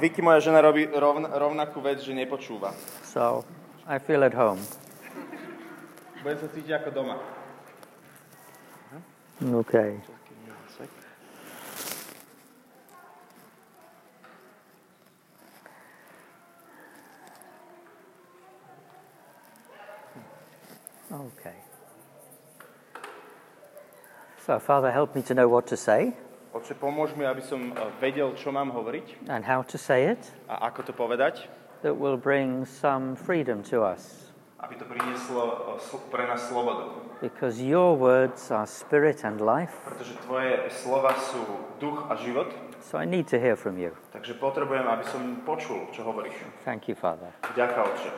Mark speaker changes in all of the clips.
Speaker 1: Vicky, moja žena, robí rovn, rovnakú vec, že nepočúva.
Speaker 2: So I feel at home.
Speaker 1: Budem sa cítiť ako doma.
Speaker 2: Okay. Okay. So, Father, help me to know what to say
Speaker 1: Oče, pomôž mi, aby som eh, vedel, čo mám hovoriť
Speaker 2: and how to say it
Speaker 1: a ako to povedať,
Speaker 2: that will bring some freedom to us.
Speaker 1: aby to prinieslo eh, sl- pre nás slobodu.
Speaker 2: Because your words are spirit and life,
Speaker 1: Pretože tvoje slova sú duch a život,
Speaker 2: so I need to hear from you.
Speaker 1: takže potrebujem, aby som počul, čo hovoríš.
Speaker 2: Thank you, Father.
Speaker 1: Ďaká, Oče.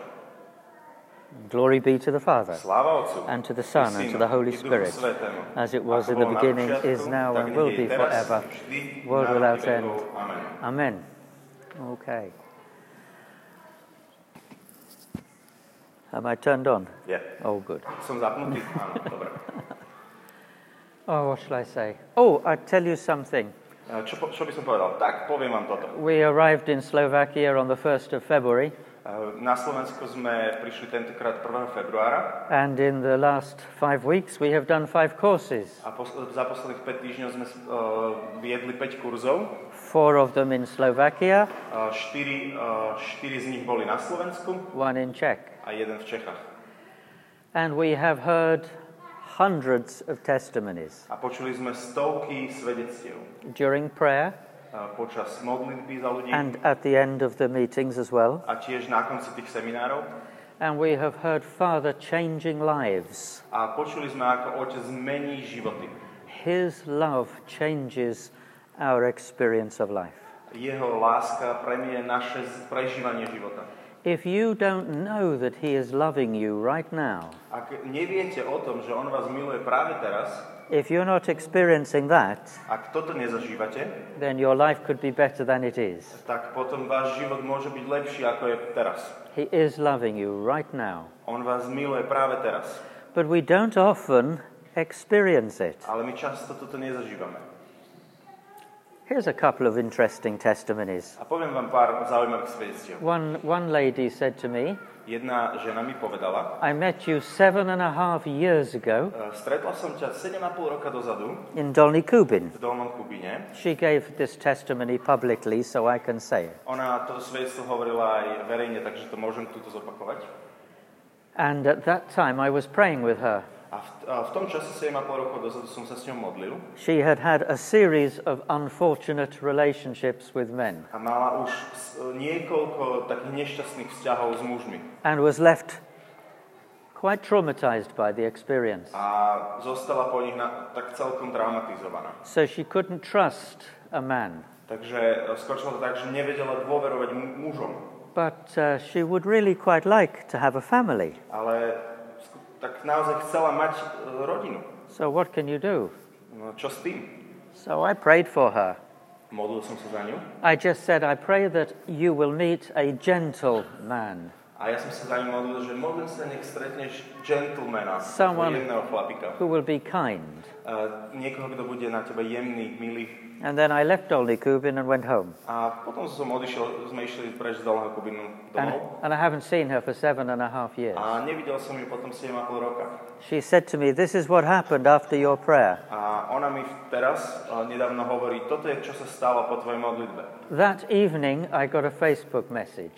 Speaker 2: Glory be to the Father,
Speaker 1: Sláva Otcu.
Speaker 2: and to
Speaker 1: i
Speaker 2: the Son, and to
Speaker 1: Synu,
Speaker 2: the
Speaker 1: i
Speaker 2: Holy
Speaker 1: Duchu
Speaker 2: Spirit,
Speaker 1: Svätému.
Speaker 2: as it was
Speaker 1: Ako
Speaker 2: in the
Speaker 1: bolo na
Speaker 2: beginning,
Speaker 1: počiatku,
Speaker 2: is now,
Speaker 1: tak
Speaker 2: and
Speaker 1: nie
Speaker 2: will
Speaker 1: je
Speaker 2: be
Speaker 1: teraz,
Speaker 2: forever.
Speaker 1: vždy,
Speaker 2: world
Speaker 1: na
Speaker 2: without
Speaker 1: veky
Speaker 2: end.
Speaker 1: vekov. Amen.
Speaker 2: Amen. Okay. Am I turned on?
Speaker 1: Je.
Speaker 2: Oh, good.
Speaker 1: Som zapnutý? Áno, dobre.
Speaker 2: Oh, what shall I say? Oh, I'll tell you something.
Speaker 1: E, Čo, po- čo by som povedal? Tak, poviem vám toto.
Speaker 2: We arrived in Slovakia on the 1st of February,
Speaker 1: E, Na Slovensko sme prišli tentokrát 1. februára
Speaker 2: and in the last five weeks, we have done five courses,
Speaker 1: a pos- za posledných 5 týždňov sme e, viedli 5 kurzov.
Speaker 2: four of them in Slovakia,
Speaker 1: 4, 4 e, z nich boli na Slovensku
Speaker 2: one in Czech.
Speaker 1: a jeden v Čechách.
Speaker 2: And we have heard hundreds of testimonies
Speaker 1: A počuli sme stovky svedectiev
Speaker 2: during prayer
Speaker 1: e, počas modlitby za ľudí
Speaker 2: and at the end of the meetings as well.
Speaker 1: a tiež na konci tých seminárov.
Speaker 2: And we have heard Father changing lives.
Speaker 1: A počuli sme, ako Otec zmení životy.
Speaker 2: His love changes our experience of life.
Speaker 1: Jeho láska premie naše z- prežívanie života.
Speaker 2: If you don't know that He is loving you right now,
Speaker 1: Ak neviete o tom, že On vás miluje práve teraz,
Speaker 2: if you're not experiencing that,
Speaker 1: ak toto nezažívate,
Speaker 2: then your life could be better than it is.
Speaker 1: tak potom váš život môže byť lepší, ako je teraz.
Speaker 2: He is loving you right now.
Speaker 1: On vás miluje práve teraz.
Speaker 2: But we don't often experience it.
Speaker 1: Ale my často toto nezažívame.
Speaker 2: Here's a couple of interesting testimonies.
Speaker 1: A poviem vám pár zaujímavých svedectiev.
Speaker 2: One, one lady said to me,
Speaker 1: Jedna žena mi povedala,
Speaker 2: I met you seven and a half years ago
Speaker 1: "E, stretla som ťa 7,5 roka dozadu
Speaker 2: in Dolny Kubin.
Speaker 1: v Dolnom Kubine.
Speaker 2: She gave this testimony publicly, so I can say it.
Speaker 1: Ona toto svedectvo hovorila aj verejne, takže to môžem tuto zopakovať.
Speaker 2: And at that time, I was praying with her.
Speaker 1: A v, a v tom čase 7,5 rokov dozadu som sa s ňou modlil
Speaker 2: She had had a series of unfortunate relationships with men
Speaker 1: a mala už s- niekoľko takých nešťastných vzťahov s mužmi.
Speaker 2: and was left quite traumatized by the experience.
Speaker 1: A zostala po nich na, tak celkom traumatizovaná.
Speaker 2: So she couldn't trust a man.
Speaker 1: Takže e, skončilo to tak, že nevedela dôverovať mu- mužom.
Speaker 2: But uh, she would really quite like to have a family.
Speaker 1: Ale sku- tak naozaj chcela mať e, rodinu.
Speaker 2: So what can you do?
Speaker 1: No čo s tým?
Speaker 2: So I prayed for her.
Speaker 1: Modlil som sa za ňu
Speaker 2: I just said, I pray that you will meet a gentle man,
Speaker 1: a ja som sa za ňu modlil, že modlím sa, nech stretneš gentlemana,
Speaker 2: Someone-
Speaker 1: jemného chlapika.
Speaker 2: who will be kind.
Speaker 1: E, niekoho, kto bude na teba jemný, milý.
Speaker 2: And then I left Dolny Kubin and went home.
Speaker 1: A potom som odišiel, sme išli preč z Dolného Kubinu
Speaker 2: And,
Speaker 1: domov.
Speaker 2: and I haven't seen her for seven and a half years.
Speaker 1: A nevidel som ju potom 7,5 roka.
Speaker 2: She said to me, This is what happened after your prayer.
Speaker 1: A ona mi teraz e, nedávno hovorí, toto je, čo sa stalo po tvojej modlitbe.
Speaker 2: That evening, I got a Facebook message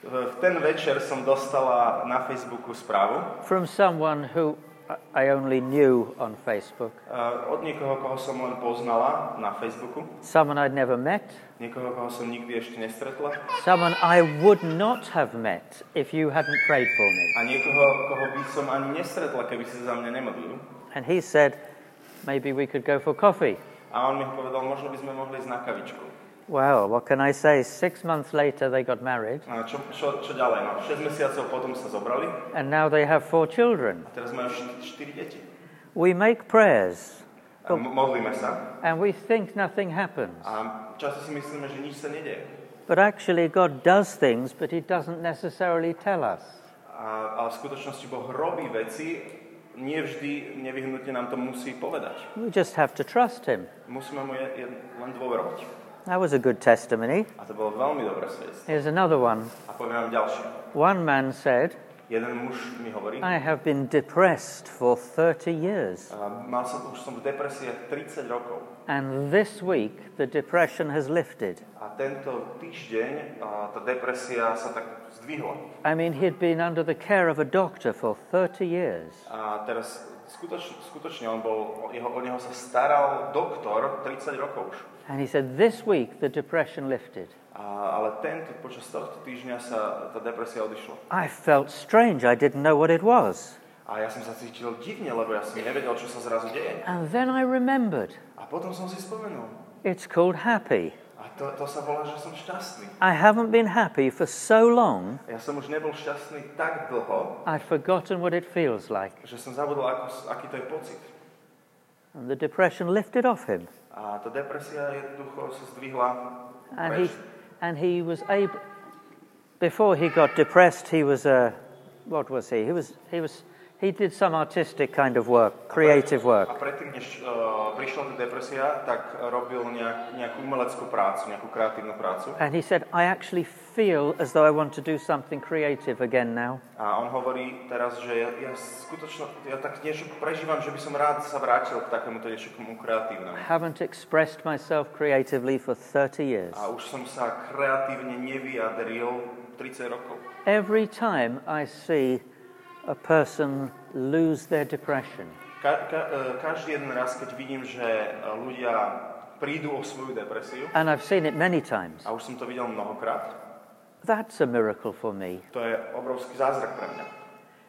Speaker 1: V v ten večer som dostala na Facebooku správu
Speaker 2: from someone who I- I only knew on Facebook,
Speaker 1: e, od niekoho, koho som len poznala na Facebooku,
Speaker 2: someone I'd never met,
Speaker 1: niekoho, koho som nikdy ešte nestretla
Speaker 2: someone I would not have met if you hadn't prayed for me.
Speaker 1: a niekoho, koho by som ani nestretla, keby si za mňa nemodlil.
Speaker 2: And he said, Maybe we could go for coffee.
Speaker 1: A on mi povedal, možno by sme mohli ísť na kavičku.
Speaker 2: Well, what can I say? Six months later, they got married,
Speaker 1: A čo, čo, čo ďalej? No, 6 mesiacov potom sa zobrali
Speaker 2: and now they have four children.
Speaker 1: a teraz majú 4 deti.
Speaker 2: We make prayers,
Speaker 1: A m- modlíme sa
Speaker 2: and we think nothing happens.
Speaker 1: a často si myslíme, že nič sa nedeje.
Speaker 2: But actually, God does things, but He doesn't necessarily tell us.
Speaker 1: A, ale v skutočnosti Boh robí veci, nie vždy nevyhnutne nám to musí povedať.
Speaker 2: We just have to trust Him.
Speaker 1: Musíme mu je, je, len dôverovať.
Speaker 2: That was a good testimony.
Speaker 1: A to bolo veľmi dobré svedectvo.
Speaker 2: Here's another one.
Speaker 1: A poviem vám ďalšie.
Speaker 2: One man said,
Speaker 1: Jeden muž mi hovorí,
Speaker 2: I have been depressed for 30 years,
Speaker 1: a mal som, už som v depresii 30 rokov
Speaker 2: and this week the depression has lifted.
Speaker 1: a tento týždeň a tá depresia sa tak zdvihla.
Speaker 2: I mean, he'd been under the care of a doctor for 30 years.
Speaker 1: A teraz skutoč, skutočne on bol, o jeho, o neho sa staral doktor 30 rokov už.
Speaker 2: And he said, This week the depression lifted.
Speaker 1: A, ale tento, počas tohto týždňa sa tá depresia odišla.
Speaker 2: I felt strange. I didn't know what it was.
Speaker 1: A ja som sa cítil divne, lebo ja som nevedel, čo sa zrazu deje.
Speaker 2: And then I remembered
Speaker 1: A potom som si spomenul.
Speaker 2: it's called happy.
Speaker 1: A to, to sa volá, že som šťastný.
Speaker 2: I haven't been happy for so long,
Speaker 1: Ja som už nebol šťastný tak dlho,
Speaker 2: I've forgotten what it feels like.
Speaker 1: že som zabudol, ako, aký to je pocit.
Speaker 2: And the depression lifted off him.
Speaker 1: A tá depresia jednoducho sa zdvihla
Speaker 2: And
Speaker 1: preč.
Speaker 2: he, and he was able, before he got depressed, he was a, what was he? He was, he was, he did some artistic kind of work, creative
Speaker 1: A
Speaker 2: work.
Speaker 1: predtým, než uh, prišla tá depresia, tak robil nejak, nejakú umeleckú prácu, nejakú kreatívnu prácu.
Speaker 2: And he said, I actually feel as though I want to do something creative again now.
Speaker 1: A on hovorí teraz, že ja, ja skutočne, ja tak niečo prežívam, že by som rád sa vrátil k takémuto niečomu
Speaker 2: I
Speaker 1: kreatívnemu.
Speaker 2: haven't expressed myself creatively for 30 years.
Speaker 1: A už som sa kreatívne nevyjadril 30 rokov.
Speaker 2: Every time I see a person lose their depression,
Speaker 1: Ka- ka- e, každý jeden raz, keď vidím, že e, ľudia prídu o svoju depresiu,
Speaker 2: and I've seen it many times,
Speaker 1: a už som to videl mnohokrát,
Speaker 2: that's a miracle for me.
Speaker 1: to je obrovský zázrak pre mňa.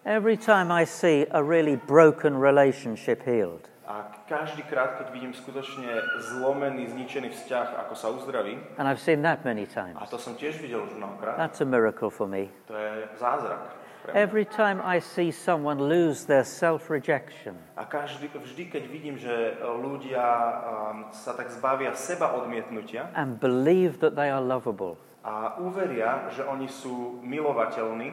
Speaker 2: Every time I see a really broken relationship healed,
Speaker 1: A každý krát, keď vidím skutočne zlomený, zničený vzťah, ako sa uzdraví,
Speaker 2: and I've seen that many times,
Speaker 1: a to som tiež videl už mnohokrát,
Speaker 2: that's a miracle for me.
Speaker 1: to je zázrak pre mňa.
Speaker 2: Every time I see someone lose their self rejection,
Speaker 1: A každý, vždy, keď vidím, že ľudia um, sa tak zbavia seba odmietnutia
Speaker 2: and believe that they are lovable,
Speaker 1: a uveria, že oni sú milovateľní,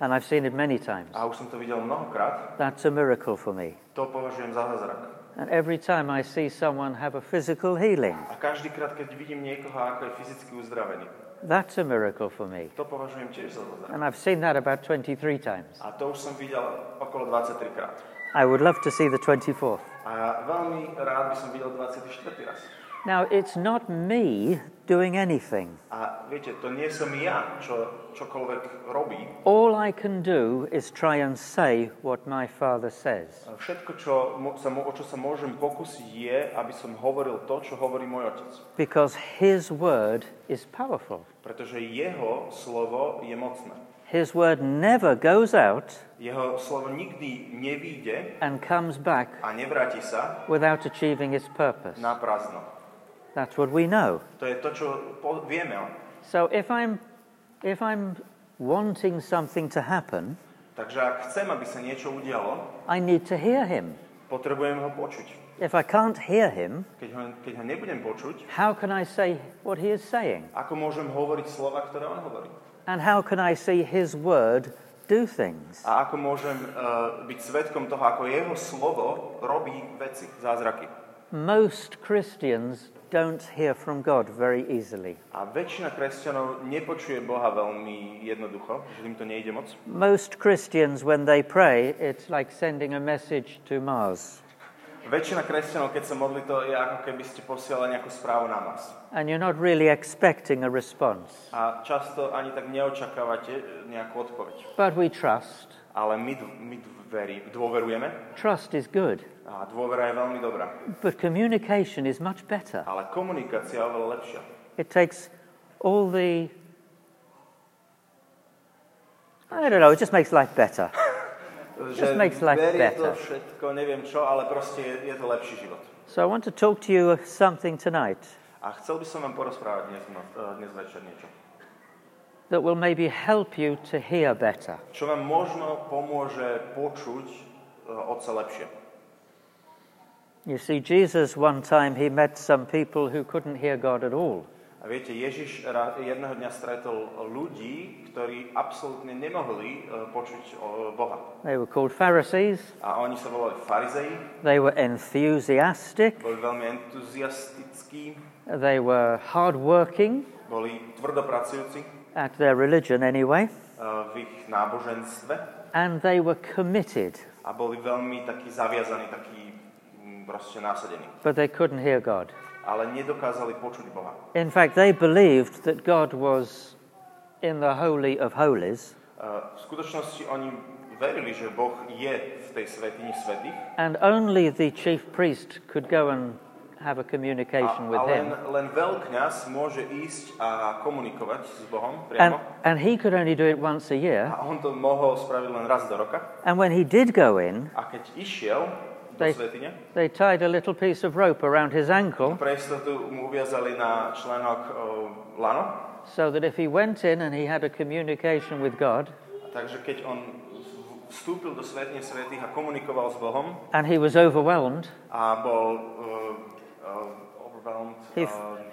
Speaker 2: and I've seen it many times,
Speaker 1: a už som to videl mnohokrát,
Speaker 2: that's a miracle for me.
Speaker 1: to považujem za zázrak.
Speaker 2: And every time I see someone have a physical healing,
Speaker 1: A každý krát, keď vidím niekoho, ako je fyzicky uzdravený,
Speaker 2: that's a miracle for me.
Speaker 1: to považujem tiež za zázrak.
Speaker 2: And I've seen that about 23 times.
Speaker 1: A to už som videl okolo 23 krát.
Speaker 2: I would love to see the 24th.
Speaker 1: A veľmi rád by som videl 24 raz.
Speaker 2: Now, it's not me doing anything.
Speaker 1: A viete, to nie som ja, čo čokoľvek robí.
Speaker 2: All I can do is try and say what my Father says.
Speaker 1: Všetko, čo mo- sa, mo- o čo sa môžem pokúsiť, je, aby som hovoril to, čo hovorí môj otec.
Speaker 2: Because His word is powerful.
Speaker 1: Pretože jeho slovo je mocné.
Speaker 2: His word never goes out
Speaker 1: Jeho slovo nikdy nevíde
Speaker 2: and comes back
Speaker 1: a nevráti sa
Speaker 2: without achieving its purpose.
Speaker 1: na prázdno.
Speaker 2: That's what we know.
Speaker 1: To je to, čo po- vieme.
Speaker 2: So if I'm, if I'm wanting something to happen,
Speaker 1: Takže ak chcem, aby sa niečo udialo,
Speaker 2: I need to hear Him.
Speaker 1: potrebujem ho počuť.
Speaker 2: If I can't hear Him,
Speaker 1: Keď ho, keď ho nebudem počuť,
Speaker 2: how can I say what He is saying?
Speaker 1: ako môžem hovoriť slova, ktoré on hovorí?
Speaker 2: And how can I see His Word do things?
Speaker 1: A ako môžem eh, byť svetkom toho, ako jeho slovo robí veci, zázraky.
Speaker 2: Most Christians don't hear from God very easily.
Speaker 1: A väčšina kresťanov nepočuje Boha veľmi jednoducho, že im to nejde moc.
Speaker 2: Most Christians, when they pray, it's like sending a message to Mars.
Speaker 1: Väčšina kresťanov, keď sa modlí, to je ako keby ste posielali nejakú správu na Mars.
Speaker 2: And you're not really expecting a response.
Speaker 1: A často ani tak neočakávate eh, nejakú odpoveď.
Speaker 2: But we trust.
Speaker 1: Ale my, dv- my dveri, dôverujeme
Speaker 2: Trust is good,
Speaker 1: a dôvera je veľmi dobrá.
Speaker 2: but communication is much better.
Speaker 1: Ale komunikácia je oveľa lepšia.
Speaker 2: It takes all the. I don't know, it just makes life better.
Speaker 1: Že
Speaker 2: makes life
Speaker 1: verí
Speaker 2: better.
Speaker 1: to všetko, neviem čo, ale proste je, je to lepší život.
Speaker 2: So I want to talk to you of something tonight
Speaker 1: A chcel by som vám porozprávať dnes, no- eh, dnes večer niečo.
Speaker 2: that will maybe help you to hear better.
Speaker 1: Čo vám možno pomôže počuť eh, Otca lepšie.
Speaker 2: You see, Jesus one time he met some people who couldn't hear God at all.
Speaker 1: A viete, Ježiš ra- jedného dňa stretol ľudí, ktorí absolútne nemohli eh, počuť eh, Boha.
Speaker 2: They were called Pharisees.
Speaker 1: A oni sa volali farizeji,
Speaker 2: They were enthusiastic.
Speaker 1: boli veľmi entuziastickí
Speaker 2: They were hardworking
Speaker 1: Boli tvrdopracujúci eh,
Speaker 2: at their religion anyway,
Speaker 1: v ich náboženstve
Speaker 2: and they were committed,
Speaker 1: a boli veľmi takí zaviazaní, takí mm, proste násadení.
Speaker 2: but they couldn't hear God.
Speaker 1: Ale nedokázali počuť Boha. E,
Speaker 2: In fact, they believed that God was in the Holy of Holies
Speaker 1: Eh, V skutočnosti oni verili, že Boh je v tej svetini svetých,
Speaker 2: and only the chief priest could go and have a
Speaker 1: a,
Speaker 2: communication with
Speaker 1: a len,
Speaker 2: him.
Speaker 1: len veľkňaz môže ísť a komunikovať s Bohom
Speaker 2: And,
Speaker 1: priamo.
Speaker 2: and he could only do it once a year.
Speaker 1: A on to mohol spraviť len raz do roka.
Speaker 2: And when he did go in,
Speaker 1: A keď išiel do
Speaker 2: Tej-
Speaker 1: svetine,
Speaker 2: they tied a little piece of rope around his ankle
Speaker 1: pre istotu mu uviazali na členok eh, lano.
Speaker 2: so that if he went in and he had a communication with God
Speaker 1: Takže keď on v- vstúpil do svetine svetých a komunikoval s Bohom
Speaker 2: and he was overwhelmed,
Speaker 1: a bol eh, eh, overwhelmed,
Speaker 2: He-
Speaker 1: eh,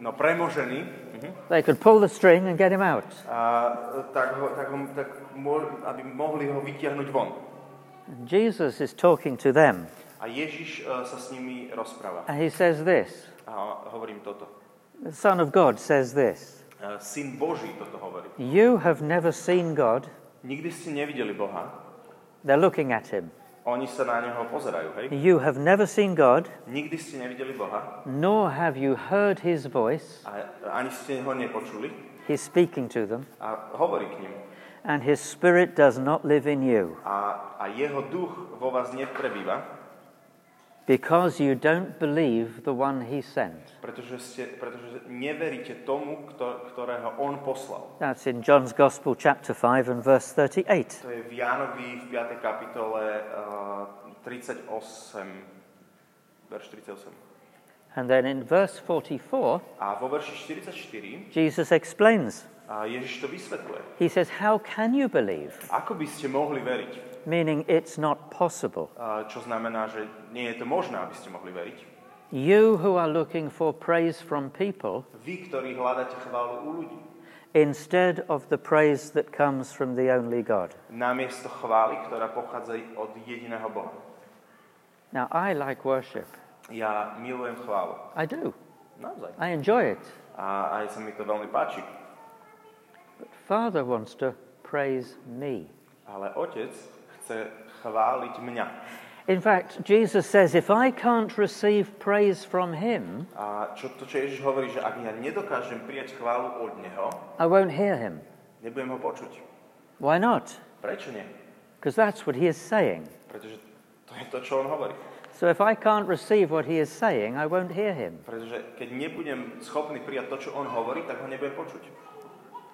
Speaker 1: no premožený, mhm.
Speaker 2: they could pull the string and get him out.
Speaker 1: a, eh, tak, ho, tak, ho, tak mo- aby mohli ho vytiahnuť von.
Speaker 2: And Jesus is talking to them
Speaker 1: A Ježiš eh, sa s nimi rozpráva.
Speaker 2: and he says this
Speaker 1: A hovorím toto.
Speaker 2: The Son of God says this
Speaker 1: Eh, Syn Boží toto hovorí.
Speaker 2: You have never seen God.
Speaker 1: Nikdy ste nevideli Boha,
Speaker 2: They're looking at him.
Speaker 1: oni sa na Neho pozerajú, hej?
Speaker 2: You have never seen God,
Speaker 1: Nikdy ste nevideli Boha
Speaker 2: nor have you heard his voice.
Speaker 1: a ani ste ho nepočuli
Speaker 2: He's speaking to them,
Speaker 1: a hovorí k ním.
Speaker 2: and his spirit does not live in you
Speaker 1: A, a jeho duch vo vás neprebýva,
Speaker 2: because you don't believe the one he sent.
Speaker 1: pretože, ste, pretože neveríte tomu, kto, ktorého on poslal.
Speaker 2: That's in John's Gospel, chapter 5, and verse 38.
Speaker 1: To je v Jánovi v 5. kapitole eh, 38, verš 38.
Speaker 2: And then in verse 44,
Speaker 1: A vo verši 44
Speaker 2: Jesus explains.
Speaker 1: a Ježiš to vysvetľuje.
Speaker 2: He says, How can you believe?
Speaker 1: Ako by ste mohli veriť?
Speaker 2: Meaning, it's not possible.
Speaker 1: A Čo znamená, že nie je to možné, aby ste mohli veriť.
Speaker 2: You who are looking for praise from people
Speaker 1: Vy, ktorí hľadáte chválu u ľudí,
Speaker 2: instead of the praise that comes from the only God.
Speaker 1: namiesto chvály, ktorá pochádza od jediného Boha.
Speaker 2: Now, I like worship.
Speaker 1: Ja milujem chválu.
Speaker 2: I do.
Speaker 1: Naozaj.
Speaker 2: I enjoy it.
Speaker 1: A aj sa mi to veľmi páči.
Speaker 2: But Father wants to praise me.
Speaker 1: Ale otec chce chváliť mňa.
Speaker 2: In fact, Jesus says, if I can't receive praise from him,
Speaker 1: A čo, to, čo Ježiš hovorí, že ak ja nedokážem prijať chválu od neho,
Speaker 2: I won't hear him.
Speaker 1: nebudem ho počuť.
Speaker 2: Why not?
Speaker 1: Prečo nie?
Speaker 2: Because that's what he is saying.
Speaker 1: Pretože to je to, čo on hovorí.
Speaker 2: So if I can't receive what he is saying, I won't hear him.
Speaker 1: Pretože keď nebudem schopný prijať to, čo on hovorí, tak ho nebudem počuť.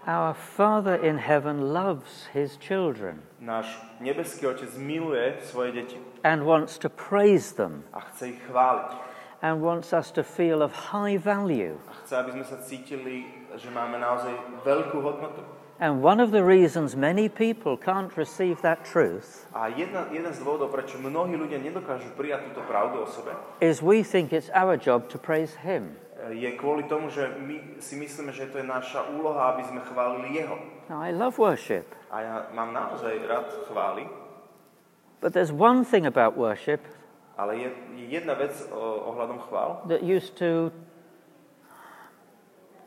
Speaker 2: Our Father in heaven loves his children
Speaker 1: Náš nebeský otec miluje svoje deti
Speaker 2: and wants to praise them
Speaker 1: a chce ich chváliť.
Speaker 2: and wants us to feel of high value.
Speaker 1: A chce, aby sme sa cítili, že máme naozaj veľkú hodnotu.
Speaker 2: And one of the reasons many people can't receive that truth
Speaker 1: A jedna, jeden z dôvodov, prečo mnohí ľudia nedokážu prijať túto pravdu o sebe,
Speaker 2: is we think it's our job to praise him.
Speaker 1: E, je kvôli tomu, že my si myslíme, že to je naša úloha, aby sme chválili Jeho.
Speaker 2: Now, I love worship,
Speaker 1: A ja mám naozaj rád chvály,
Speaker 2: but there's one thing about worship
Speaker 1: ale je je jedna vec o, ohľadom chvál,
Speaker 2: that used to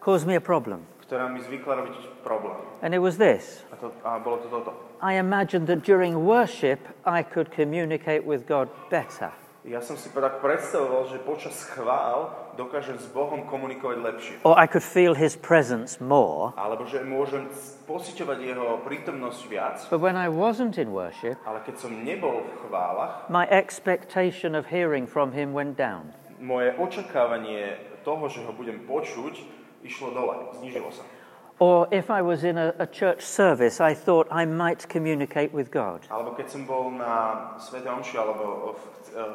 Speaker 2: cause me a problem,
Speaker 1: ktorá mi zvykla robiť problém.
Speaker 2: and it was this.
Speaker 1: A, to, a bolo to toto.
Speaker 2: I imagined that during worship I could communicate with God better.
Speaker 1: Ja som si tak predstavoval, že počas chvál dokážem s Bohom komunikovať lepšie.
Speaker 2: Or I could feel his presence more.
Speaker 1: Alebo že môžem c- pociťovať Jeho prítomnosť viac.
Speaker 2: But when I wasn't in worship,
Speaker 1: Ale keď som nebol v chválach,
Speaker 2: my expectation of hearing from him went down.
Speaker 1: moje očakávanie toho, že ho budem počuť, išlo dole, znižilo sa.
Speaker 2: Or if I was in a, a church service, I thought I might communicate with God.
Speaker 1: Alebo keď som bol na Svete Omši alebo v, v,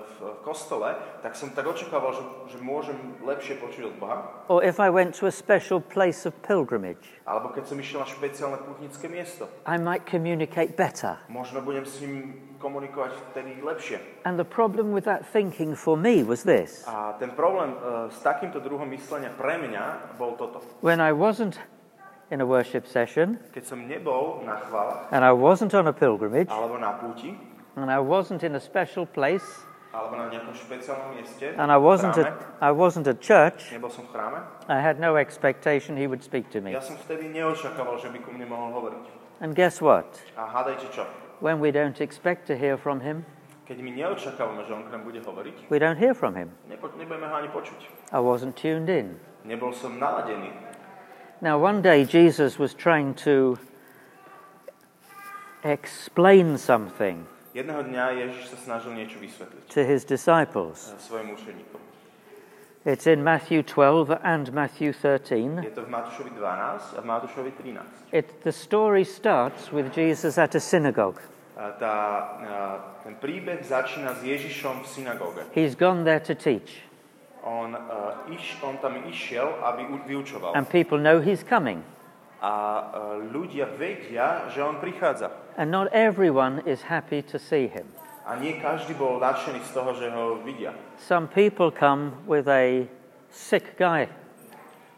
Speaker 1: v kostole, tak som tak očakával, že, že môžem lepšie počuť od Boha.
Speaker 2: Or if I went to a special place of pilgrimage,
Speaker 1: Alebo keď som išiel na špeciálne putnické miesto,
Speaker 2: I might communicate better.
Speaker 1: možno budem s ním komunikovať vtedy lepšie.
Speaker 2: And the problem with that thinking for me was this
Speaker 1: A ten problém e, s takýmto druhom myslenia pre mňa bol toto.
Speaker 2: when I wasn't in a worship session
Speaker 1: Keď som nebol na chválach
Speaker 2: and I wasn't on a pilgrimage,
Speaker 1: alebo na púti,
Speaker 2: and I wasn't in a special place
Speaker 1: a alebo na nejakom špeciálnom mieste.
Speaker 2: And I wasn't
Speaker 1: v
Speaker 2: at,
Speaker 1: chráme.
Speaker 2: I wasn't at church.
Speaker 1: Nebol som v chráme.
Speaker 2: I had no expectation he would speak to me.
Speaker 1: Ja som vtedy neočakával, že by ku mne mohol hovoriť.
Speaker 2: And guess what?
Speaker 1: A hádajte čo?
Speaker 2: When we don't expect to hear from him,
Speaker 1: Keď my neočakávame, že on k nám bude hovoriť,
Speaker 2: we don't hear from him.
Speaker 1: nepo- nebudeme ho ani počuť.
Speaker 2: I wasn't tuned in.
Speaker 1: Nebol som naladený.
Speaker 2: Now, one day Jesus was trying to explain something
Speaker 1: Jedného dňa Ježiš sa snažil niečo vysvetliť
Speaker 2: to his disciples.
Speaker 1: eh, svojim učeníkom.
Speaker 2: It's in Matthew 12 and Matthew 13.
Speaker 1: Je to v Matúšovi 12 a v Matúšovi E, 13.
Speaker 2: It, the story starts with Jesus at a synagogue.
Speaker 1: A tá, a ten príbeh začína s Ježišom v synagóge.
Speaker 2: He's gone there to teach,
Speaker 1: On, uh, iš, on tam išiel, aby u- vyučoval.
Speaker 2: and people know he's coming.
Speaker 1: A eh, ľudia vedia, že on prichádza.
Speaker 2: And not everyone is happy to see him.
Speaker 1: A nie každý bol nadšený z toho, že ho vidia.
Speaker 2: Some people come with a sick guy,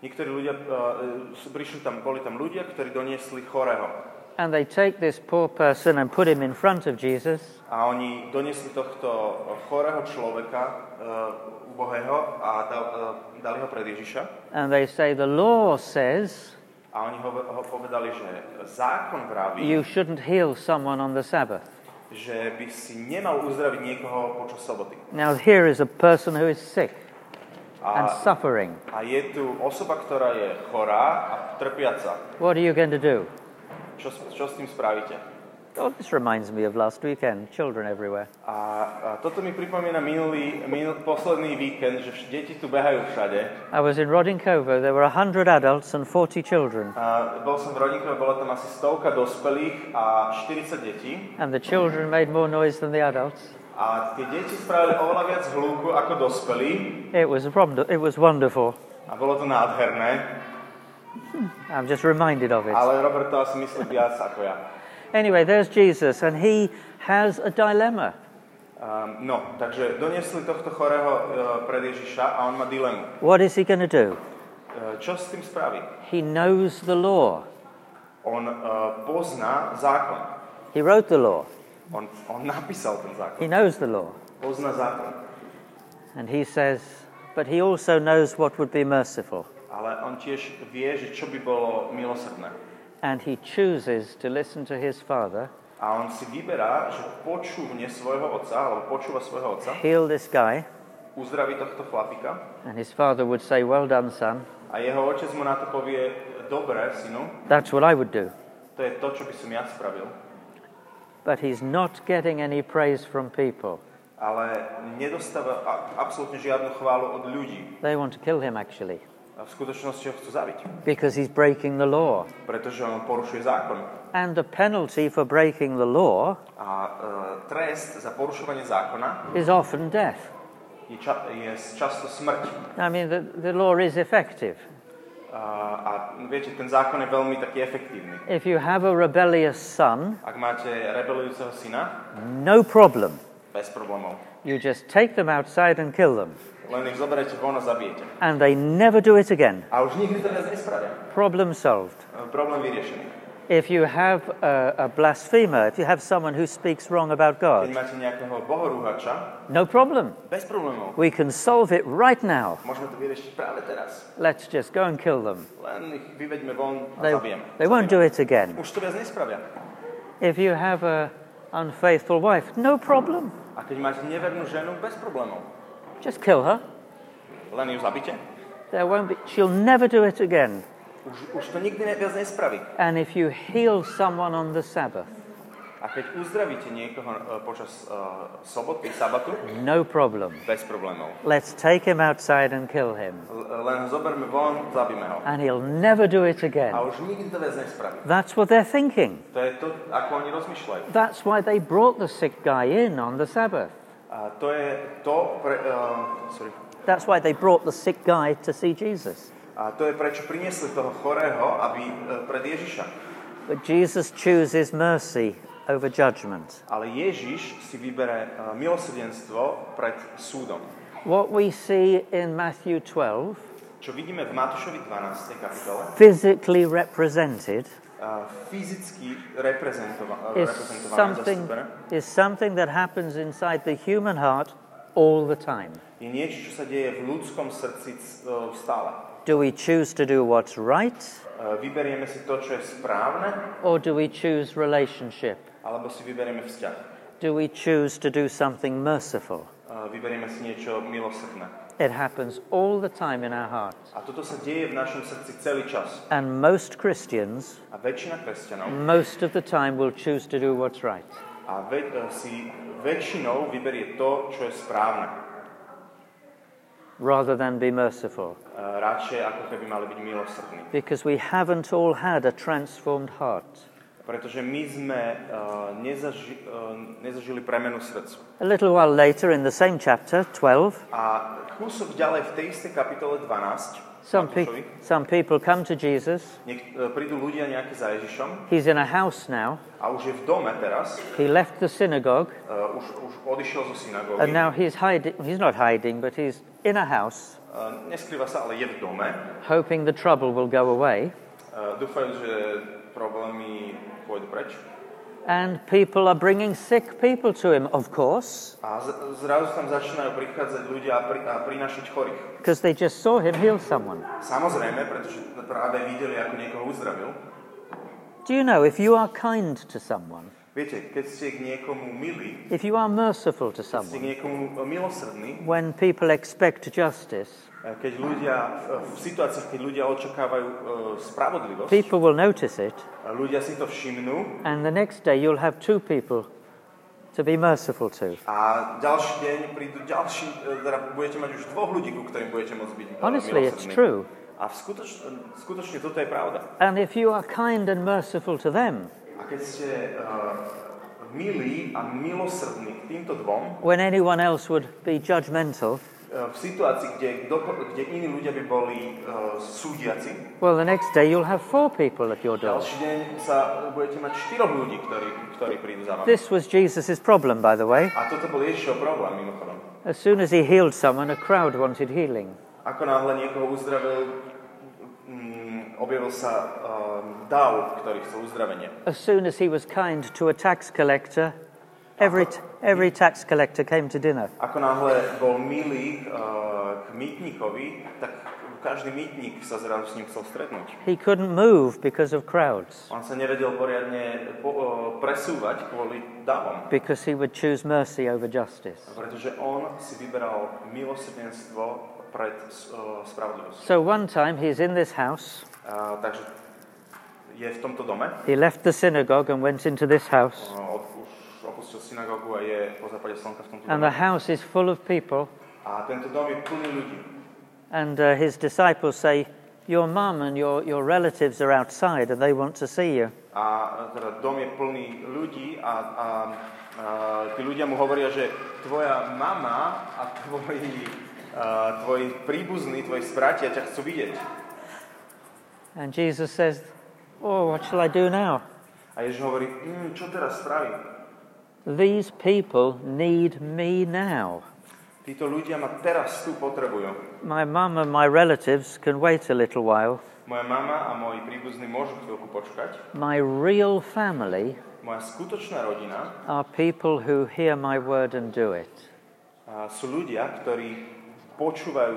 Speaker 1: Niektorí ľudia, eh, eh, sú- prišli tam, boli tam ľudia, ktorí doniesli chorého.
Speaker 2: and they take this poor person and put him in front of Jesus,
Speaker 1: A oni doniesli tohto chorého človeka, eh, ubohého, a dal, eh, dali ho pred Ježiša.
Speaker 2: and they say, The law says
Speaker 1: A oni ho, ho povedali, že zákon vraví,
Speaker 2: you shouldn't heal someone on the Sabbath.
Speaker 1: že by si nemal uzdraviť niekoho počas soboty.
Speaker 2: Now, here is a person who is sick and
Speaker 1: A,
Speaker 2: suffering.
Speaker 1: a je tu osoba, ktorá je chorá a trpiaca.
Speaker 2: What are you going to do?
Speaker 1: Čo, s- čo s tým spravíte?
Speaker 2: Oh, this reminds me of last weekend, children everywhere.
Speaker 1: A, a toto mi pripomína minulý, minul, posledný víkend, že vš- deti tu behajú všade.
Speaker 2: I was in Rodinkovo, there were 100 adults and 40 children,
Speaker 1: A bol som v rodinke, bola tam asi stovka dospelých a 40 detí.
Speaker 2: and the children made more noise than the adults.
Speaker 1: A tie deti spravili oveľa viac hľúku ako dospelí.
Speaker 2: It was, wonder- it was wonderful.
Speaker 1: A bolo to nádherné.
Speaker 2: I'm just reminded of it.
Speaker 1: Ale Robert to asi myslí viac ako ja.
Speaker 2: Anyway, there's Jesus, and he has a dilemma.
Speaker 1: Um, no, takže doniesli tohto chorého e, pred Ježiša a on má dilemu. E,
Speaker 2: What is he going to do?
Speaker 1: čo s tým spraví?
Speaker 2: He knows the law.
Speaker 1: On e, pozná zákon.
Speaker 2: He wrote the law.
Speaker 1: On, on napísal ten zákon.
Speaker 2: He knows the law.
Speaker 1: Pozná zákon.
Speaker 2: And he says, but he also knows what would be merciful.
Speaker 1: Ale on tiež vie, že čo by bolo milosrdné.
Speaker 2: And he chooses to listen to his father,
Speaker 1: A on si vyberá, že počúvne svojho otca, alebo počúva svojho otca,
Speaker 2: heal this guy.
Speaker 1: uzdraví tohto chlapika
Speaker 2: And his father would say, Well done, son.
Speaker 1: a jeho otec mu na to povie, dobre, synu,
Speaker 2: That's what I would do.
Speaker 1: to je to, čo by som ja spravil.
Speaker 2: But he's not getting any praise from people.
Speaker 1: Ale nedostáva a- absolútne žiadnu chválu od ľudí.
Speaker 2: They want to kill him, actually,
Speaker 1: A v skutočnosti ho chcú zabiť.
Speaker 2: because he's breaking the law.
Speaker 1: pretože on porušuje zákon.
Speaker 2: And the penalty for breaking the law
Speaker 1: A e, trest za porušovanie zákona
Speaker 2: is often death.
Speaker 1: je, ča- je s- často smrť.
Speaker 2: I mean, the, the law is effective.
Speaker 1: A, a viete, ten zákon je veľmi taký efektívny.
Speaker 2: If you have a rebellious son,
Speaker 1: Ak máte rebelujúceho syna,
Speaker 2: no problem.
Speaker 1: bez problémov.
Speaker 2: You just take them outside and kill them.
Speaker 1: Len ich zoberete von a zabijete.
Speaker 2: And they never do it again.
Speaker 1: A už nikdy to viac nespravia.
Speaker 2: Problem solved.
Speaker 1: E, Problém vyriešený.
Speaker 2: If you have a, a blasphemer, if you have someone who speaks wrong
Speaker 1: Keď
Speaker 2: about God,
Speaker 1: máte nejakého bohorúhača,
Speaker 2: no problem.
Speaker 1: bez problémov.
Speaker 2: We can solve it right now.
Speaker 1: Môžeme to vyriešiť práve teraz.
Speaker 2: Let's just go and kill them.
Speaker 1: Len ich vyveďme von a
Speaker 2: They,
Speaker 1: zabijeme.
Speaker 2: they won't do it again.
Speaker 1: Už to viac nespravia.
Speaker 2: If you have a unfaithful wife, no problem.
Speaker 1: A keď máte nevernú ženu, bez problémov.
Speaker 2: Just kill her.
Speaker 1: Len ju zabite.
Speaker 2: There won't be, she'll never do it again.
Speaker 1: Už, už to nikdy ne- viac nespraví.
Speaker 2: And if you heal someone on the Sabbath,
Speaker 1: A keď uzdravíte niekoho e, počas e, soboty, sabatu,
Speaker 2: no problem.
Speaker 1: bez problémov.
Speaker 2: Let's take him outside and kill him.
Speaker 1: L- len ho zoberme von, zabíme ho.
Speaker 2: And he'll never do it
Speaker 1: A
Speaker 2: again.
Speaker 1: už nikdy to viac nespraví.
Speaker 2: That's what they're thinking.
Speaker 1: To je to, ako oni rozmýšľajú.
Speaker 2: That's why they brought the sick guy in on the Sabbath.
Speaker 1: A to je to, pre, e, sorry.
Speaker 2: That's why they brought the sick guy to see Jesus.
Speaker 1: A to je prečo priniesli toho chorého, aby e, pred Ježiša.
Speaker 2: But Jesus chooses mercy over judgment.
Speaker 1: Ale Ježiš si vybere e, milosrdenstvo pred súdom.
Speaker 2: What we see in Matthew 12,
Speaker 1: Čo vidíme v Matúšovi 12. kapitole,
Speaker 2: physically represented,
Speaker 1: e, fyzicky reprezentova- e,
Speaker 2: is
Speaker 1: reprezentované,
Speaker 2: something,
Speaker 1: zastúpené.
Speaker 2: is something that happens inside the human heart all the time.
Speaker 1: Je niečo, čo sa deje v ľudskom srdci c- e, stále.
Speaker 2: Do we choose to do what's right
Speaker 1: E, Vyberieme si to, čo je správne,
Speaker 2: or do we choose relationship?
Speaker 1: alebo si vyberieme vzťah. E,
Speaker 2: Do we choose to do something merciful?
Speaker 1: Vyberieme si niečo milosrdné.
Speaker 2: It happens all the time in our hearts.
Speaker 1: A toto sa deje v našom srdci celý čas.
Speaker 2: And most Christians,
Speaker 1: A väčšina kresťanov
Speaker 2: most of the time, will choose to do what's right.
Speaker 1: a ve- e, si väčšinou vyberie to, čo je správne. E,
Speaker 2: rather than be merciful
Speaker 1: E, Radšej ako keby mali byť milosrdní.
Speaker 2: because we haven't all had a transformed heart.
Speaker 1: Pretože my sme e, nezaži- e, nezažili premenu srdcu.
Speaker 2: A little while later, in the same chapter, 12,
Speaker 1: A kúsok ďalej v tej istej kapitole 12
Speaker 2: some,
Speaker 1: Matúšovi,
Speaker 2: pe- some people come to Jesus.
Speaker 1: niek- e, prídu ľudia nejaké za Ježišom
Speaker 2: He's in a house now.
Speaker 1: a už je v dome teraz,
Speaker 2: He left the synagogue
Speaker 1: e, už, už odišiel zo synagógy, Eh,
Speaker 2: and now he's hiding. He's not hiding, but he's in a house,
Speaker 1: e, neskrýva sa, ale je v dome, e,
Speaker 2: hoping the trouble will go away.
Speaker 1: dúfajú, že problémy pôjdu preč.
Speaker 2: And people are bringing sick people to him, of course,
Speaker 1: A z- zrazu tam začínajú prichádzať ľudia a, pri- a prinašať chorých.
Speaker 2: because they just saw him heal someone.
Speaker 1: Samozrejme, pretože práve videli, ako niekoho uzdravil.
Speaker 2: Do you know, if you are kind to someone,
Speaker 1: Viete, keď ste k niekomu milí,
Speaker 2: if you are merciful to
Speaker 1: ste
Speaker 2: someone,
Speaker 1: k niekomu e, milosrdní,
Speaker 2: when people expect justice,
Speaker 1: Keď ľudia, e, v situáciách, keď ľudia očakávajú e, spravodlivosť,
Speaker 2: people will notice it,
Speaker 1: ľudia si to všimnú
Speaker 2: and the next day you'll have two people to be merciful to.
Speaker 1: a ďalší deň prídu ďalší, e, teda budete mať už dvoch ľudí, ku ktorým budete môcť byť e,
Speaker 2: Honestly,
Speaker 1: milosrdní.
Speaker 2: it's true.
Speaker 1: A v skutoč, e, skutočne toto je pravda.
Speaker 2: And if you are kind and merciful to them,
Speaker 1: A keď ste uh, milí a milosrdní k týmto dvom,
Speaker 2: when anyone else would be judgmental,
Speaker 1: e, v situácii, kde, kdoko- kde iní ľudia by boli uh, súdiaci,
Speaker 2: well, the next day you'll have four people at your door.
Speaker 1: ďalší deň sa budete mať štyroch ľudí, ktorí, ktorí prídu za vami.
Speaker 2: This was Jesus' problem, by the way.
Speaker 1: A toto bol Ježišov problém, mimochodom.
Speaker 2: As soon as he healed someone, a crowd wanted healing.
Speaker 1: Ako náhle niekoho uzdravil, mm, objavil sa um, dav, ktorý chcel uzdravenie.
Speaker 2: As soon as he was kind to a tax collector, every, t- every tax collector came to dinner.
Speaker 1: Ako náhle bol milý uh, k mýtnikovi, tak každý mýtnik sa zrazu s ním chcel stretnúť.
Speaker 2: He couldn't move because of crowds.
Speaker 1: On sa nevedel poriadne po, uh, presúvať kvôli davom,
Speaker 2: because he would choose mercy over justice.
Speaker 1: pretože on si vyberal milosrdenstvo pred uh, spravodlivosťou.
Speaker 2: So one time he's in this house,
Speaker 1: Uh, takže je v tomto dome,
Speaker 2: he left the synagogue and went into this house,
Speaker 1: uh, od, už opustil synagógu a je po západe slnka v tomto
Speaker 2: and the
Speaker 1: dome.
Speaker 2: house is full of people,
Speaker 1: A tento dom je plný ľudí.
Speaker 2: and uh, his disciples say, Your mum and your, your relatives are outside and they want to see you.
Speaker 1: A e, teda dom je plný ľudí a, a, a tí ľudia mu hovoria, že tvoja mama a tvoji, a, tvoji príbuzní, tvoji bratia ťa chcú vidieť.
Speaker 2: And Jesus says, Oh, what shall I do now?
Speaker 1: A Ježiš hovorí, mm, čo teraz spravím?
Speaker 2: These people need me now.
Speaker 1: Títo ľudia ma teraz tu potrebujú.
Speaker 2: My mum and my relatives can wait a little while.
Speaker 1: Moja mama a moji príbuzní môžu chvíľku počkať.
Speaker 2: My real family
Speaker 1: Moja skutočná rodina
Speaker 2: are people who hear my word and do it.
Speaker 1: a, sú ľudia, ktorí počúvajú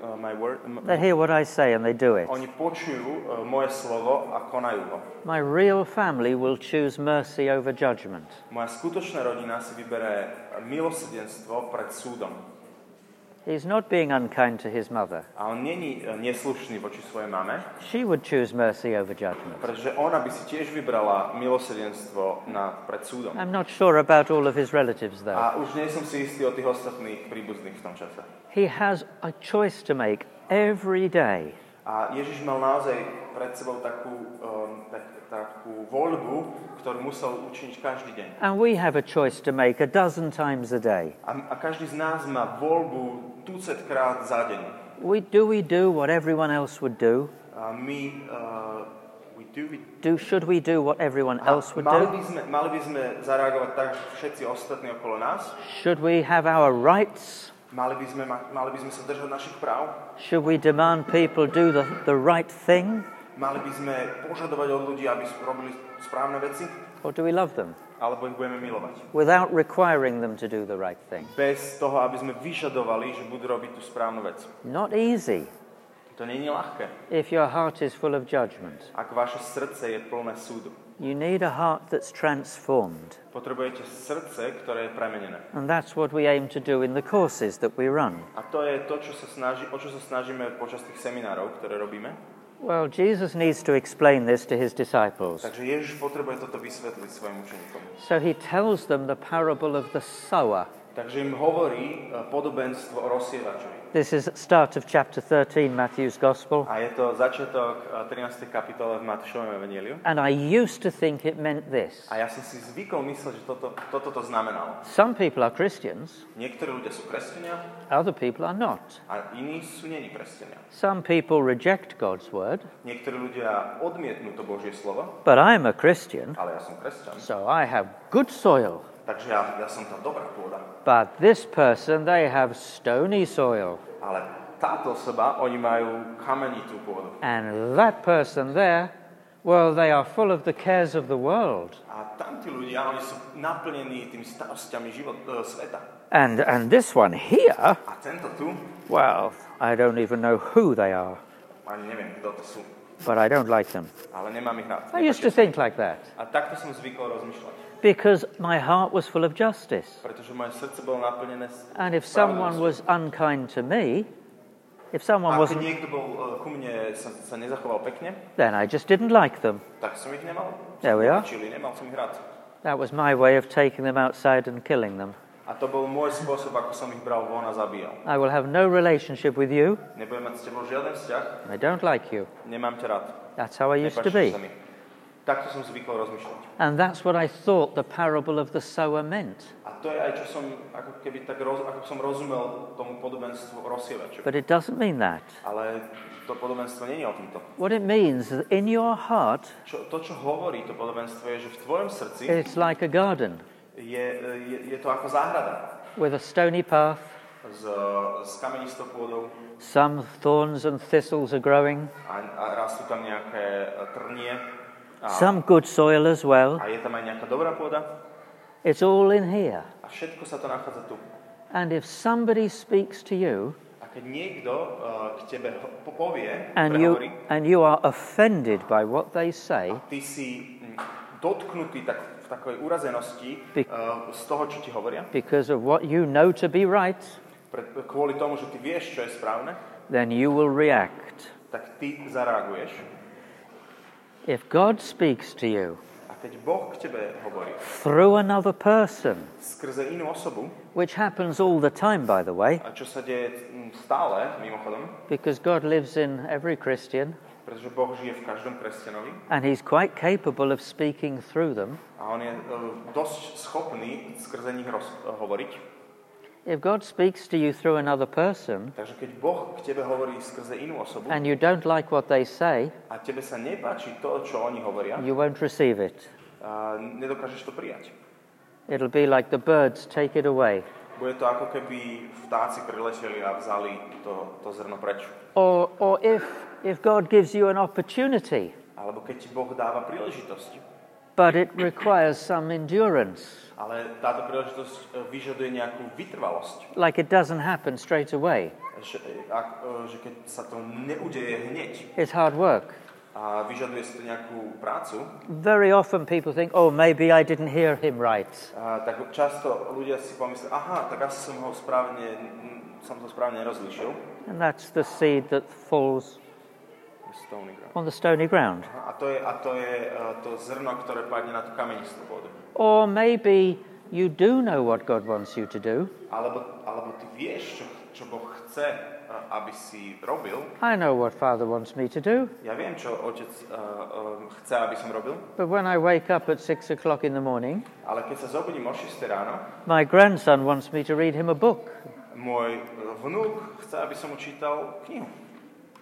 Speaker 1: uh, my word, m-
Speaker 2: They hear what I say and they do it.
Speaker 1: oni počujú uh, moje slovo a konajú ho.
Speaker 2: My real family will choose mercy over judgment.
Speaker 1: Moja skutočná rodina si vybere milosrdenstvo pred súdom.
Speaker 2: He's not being unkind to his mother.
Speaker 1: A on není e, neslušný voči svojej mame,
Speaker 2: She would choose mercy over judgment.
Speaker 1: pretože ona by si tiež vybrala milosrdenstvo na, pred súdom.
Speaker 2: I'm not sure about all of his relatives, though.
Speaker 1: A už nie som si istý o tých ostatných príbuzných v tom čase.
Speaker 2: He has a choice to make every day.
Speaker 1: A Ježiš mal naozaj pred sebou takú, um, tak, takú voľbu, ktorú musel učiniť každý deň.
Speaker 2: And we have a choice to make a dozen times a day.
Speaker 1: A, a každý z nás má voľbu tucetkrát za deň.
Speaker 2: We, do we do what everyone else would do?
Speaker 1: A my, uh, we do it
Speaker 2: do? Should we do what everyone
Speaker 1: Uh,
Speaker 2: else would
Speaker 1: Mali
Speaker 2: do?
Speaker 1: by, sme, mali by sme zareagovať tak, že všetci ostatní okolo nás.
Speaker 2: Should we have our rights?
Speaker 1: Mali by sme, ma- mali by sme sa držať našich práv.
Speaker 2: Should we demand people do the, the right thing?
Speaker 1: Mali by sme požadovať od ľudí, aby robili správne veci.
Speaker 2: Or do we love them?
Speaker 1: alebo ich budeme milovať.
Speaker 2: without requiring them to do the right thing.
Speaker 1: Bez toho, aby sme vyžadovali, že budú robiť tú správnu vec.
Speaker 2: Not easy
Speaker 1: To není ľahké,
Speaker 2: if your heart is full of judgment.
Speaker 1: ak vaše srdce je plné súdu.
Speaker 2: You need a heart that's transformed.
Speaker 1: Potrebujete srdce, ktoré je premenené.
Speaker 2: And that's what we aim to do in the courses that we run.
Speaker 1: A to je to, čo sa snaží, o čo sa snažíme počas tých seminárov, ktoré robíme.
Speaker 2: Well, Jesus needs to explain this to his disciples.
Speaker 1: Takže Ježiš potrebuje toto vysvetliť svojim učeníkom.
Speaker 2: So he tells them the parable of the sower.
Speaker 1: Takže im hovorí e, podobenstvo o rozsievačovi.
Speaker 2: This is at start of chapter 13, Matthew's Gospel.
Speaker 1: A je to začiatok e, 13. kapitole v Matúšovom evaníliu.
Speaker 2: And I used to think it meant this.
Speaker 1: A ja som si zvykol mysleť, že toto, toto to znamenalo.
Speaker 2: Some people are Christians,
Speaker 1: Niektorí ľudia sú kresťania
Speaker 2: other people are not.
Speaker 1: a iní sú není kresťania.
Speaker 2: Some people reject God's word,
Speaker 1: Niektorí ľudia odmietnú to Božie slovo,
Speaker 2: but I'm a Christian,
Speaker 1: ale ja som kresťan,
Speaker 2: so I have good soil.
Speaker 1: takže ja, ja som tá dobrá pôda.
Speaker 2: But this person, they have stony soil.
Speaker 1: Ale táto osoba, oni majú kamenitú pôdu.
Speaker 2: And that person there, well, they are full of the cares of the world.
Speaker 1: A tamtí ľudia, oni sú naplnení tými starostiami život, e, sveta.
Speaker 2: And, and this one here,
Speaker 1: A tento tu,
Speaker 2: well, I don't even know who they are,
Speaker 1: ani neviem, kto to sú,
Speaker 2: but I don't like them.
Speaker 1: ale nemám ich rád.
Speaker 2: I used to think like that
Speaker 1: A takto som zvykol rozmýšľať,
Speaker 2: because my heart was full of justice.
Speaker 1: pretože moje srdce bolo naplnené s
Speaker 2: And if someone was unkind to me, if
Speaker 1: A
Speaker 2: someone
Speaker 1: keď
Speaker 2: wasn't,
Speaker 1: niekto bol e, ku mne, sa, sa nezachoval pekne,
Speaker 2: then I just didn't like them.
Speaker 1: tak som ich nemal.
Speaker 2: There we are.
Speaker 1: Čili nemal som ich rád.
Speaker 2: That was my way of taking them outside and killing them.
Speaker 1: A to bol môj spôsob, ako som ich bral von a zabíjal.
Speaker 2: I will have no relationship with you.
Speaker 1: Nebudem mať s tebou žiaden vzťah,
Speaker 2: I don't like you.
Speaker 1: nemám ťa rád.
Speaker 2: That's how I used to
Speaker 1: Nepáčiš
Speaker 2: be.
Speaker 1: sa mi. Takto som zvykol rozmýšľať.
Speaker 2: And that's what I thought the parable of the sower meant.
Speaker 1: A to je aj, čo som ako keby tak roz, ako som rozumel tomu podobenstvu o rozsievačovi.
Speaker 2: But it doesn't mean that.
Speaker 1: Ale to podobenstvo nie je o tomto.
Speaker 2: What it means is in your heart,
Speaker 1: Čo, to, čo hovorí to podobenstvo, je, že v tvojom srdci
Speaker 2: it's like a garden
Speaker 1: je, je, je to ako záhrada
Speaker 2: with a stony path.
Speaker 1: s, s kamenistou pôdou
Speaker 2: Some thorns and thistles are growing,
Speaker 1: a, a rastú tam nejaké e, trnie a,
Speaker 2: some good soil as well.
Speaker 1: a je tam aj nejaká dobrá pôda
Speaker 2: It's all in here.
Speaker 1: a všetko sa to nachádza tu.
Speaker 2: And if somebody speaks to you
Speaker 1: A keď niekto uh, k tebe ho- po- povie,
Speaker 2: and
Speaker 1: prehovorí,
Speaker 2: you, and you are offended by what they say,
Speaker 1: ty si mm, dotknutý tak, v takej urazenosti
Speaker 2: Ty-
Speaker 1: uh, z toho, čo ti hovoria,
Speaker 2: because of what you know to be right,
Speaker 1: pre, kvôli tomu, že ty vieš, čo je správne,
Speaker 2: then you will react.
Speaker 1: tak ty zareaguješ.
Speaker 2: If God speaks to you
Speaker 1: A keď Boh k tebe hovorí
Speaker 2: through another person,
Speaker 1: skrze inú osobu,
Speaker 2: which happens all the time, by the way,
Speaker 1: a čo sa deje mm, stále, mimochodom,
Speaker 2: because God lives in every Christian
Speaker 1: pretože Boh žije v každom kresťanovi
Speaker 2: and He's quite capable of speaking through them.
Speaker 1: a On je uh, dosť schopný skrze nich roz, uh, hovoriť.
Speaker 2: If God speaks to you through another person
Speaker 1: Takže keď Boh k tebe hovorí skrze inú osobu
Speaker 2: and you don't like what they say,
Speaker 1: a tebe sa nepáči to, čo oni hovoria,
Speaker 2: you won't receive it.
Speaker 1: a nedokážeš to prijať.
Speaker 2: It'll be like the birds take it away.
Speaker 1: Bude to ako keby vtáci prileteli a vzali to, to zrno preč.
Speaker 2: Or, or if, if God gives you an opportunity,
Speaker 1: Alebo keď ti Boh dáva príležitosť.
Speaker 2: but it requires some endurance,
Speaker 1: Ale táto príležitosť e, vyžaduje nejakú vytrvalosť.
Speaker 2: like it doesn't happen straight away.
Speaker 1: Že, e, ak, e, že keď sa to neudeje hneď
Speaker 2: It's hard work.
Speaker 1: a vyžaduje si to nejakú prácu,
Speaker 2: Very often people think, oh, maybe I didn't hear him right.
Speaker 1: a, tak často ľudia si pomyslia, aha, tak asi som ho správne, m, som to správne nerozlišil.
Speaker 2: And that's the seed that falls
Speaker 1: Stony ground.
Speaker 2: on the stony ground.
Speaker 1: A to je, a to, je e, to zrno, ktoré padne na tú kamenistú vodu.
Speaker 2: Or maybe you do know what God wants you to do.
Speaker 1: Alebo, alebo ty vieš, čo, čo Boh chce, a- aby si robil.
Speaker 2: I know what Father wants me to do,
Speaker 1: Ja viem, čo otec uh, um, chce, aby som robil,
Speaker 2: but when I wake up at six o'clock in the morning,
Speaker 1: ale keď sa zobudím o 6 ráno,
Speaker 2: my grandson wants me to read him a book.
Speaker 1: môj eh, vnúk chce, aby som mu čítal knihu.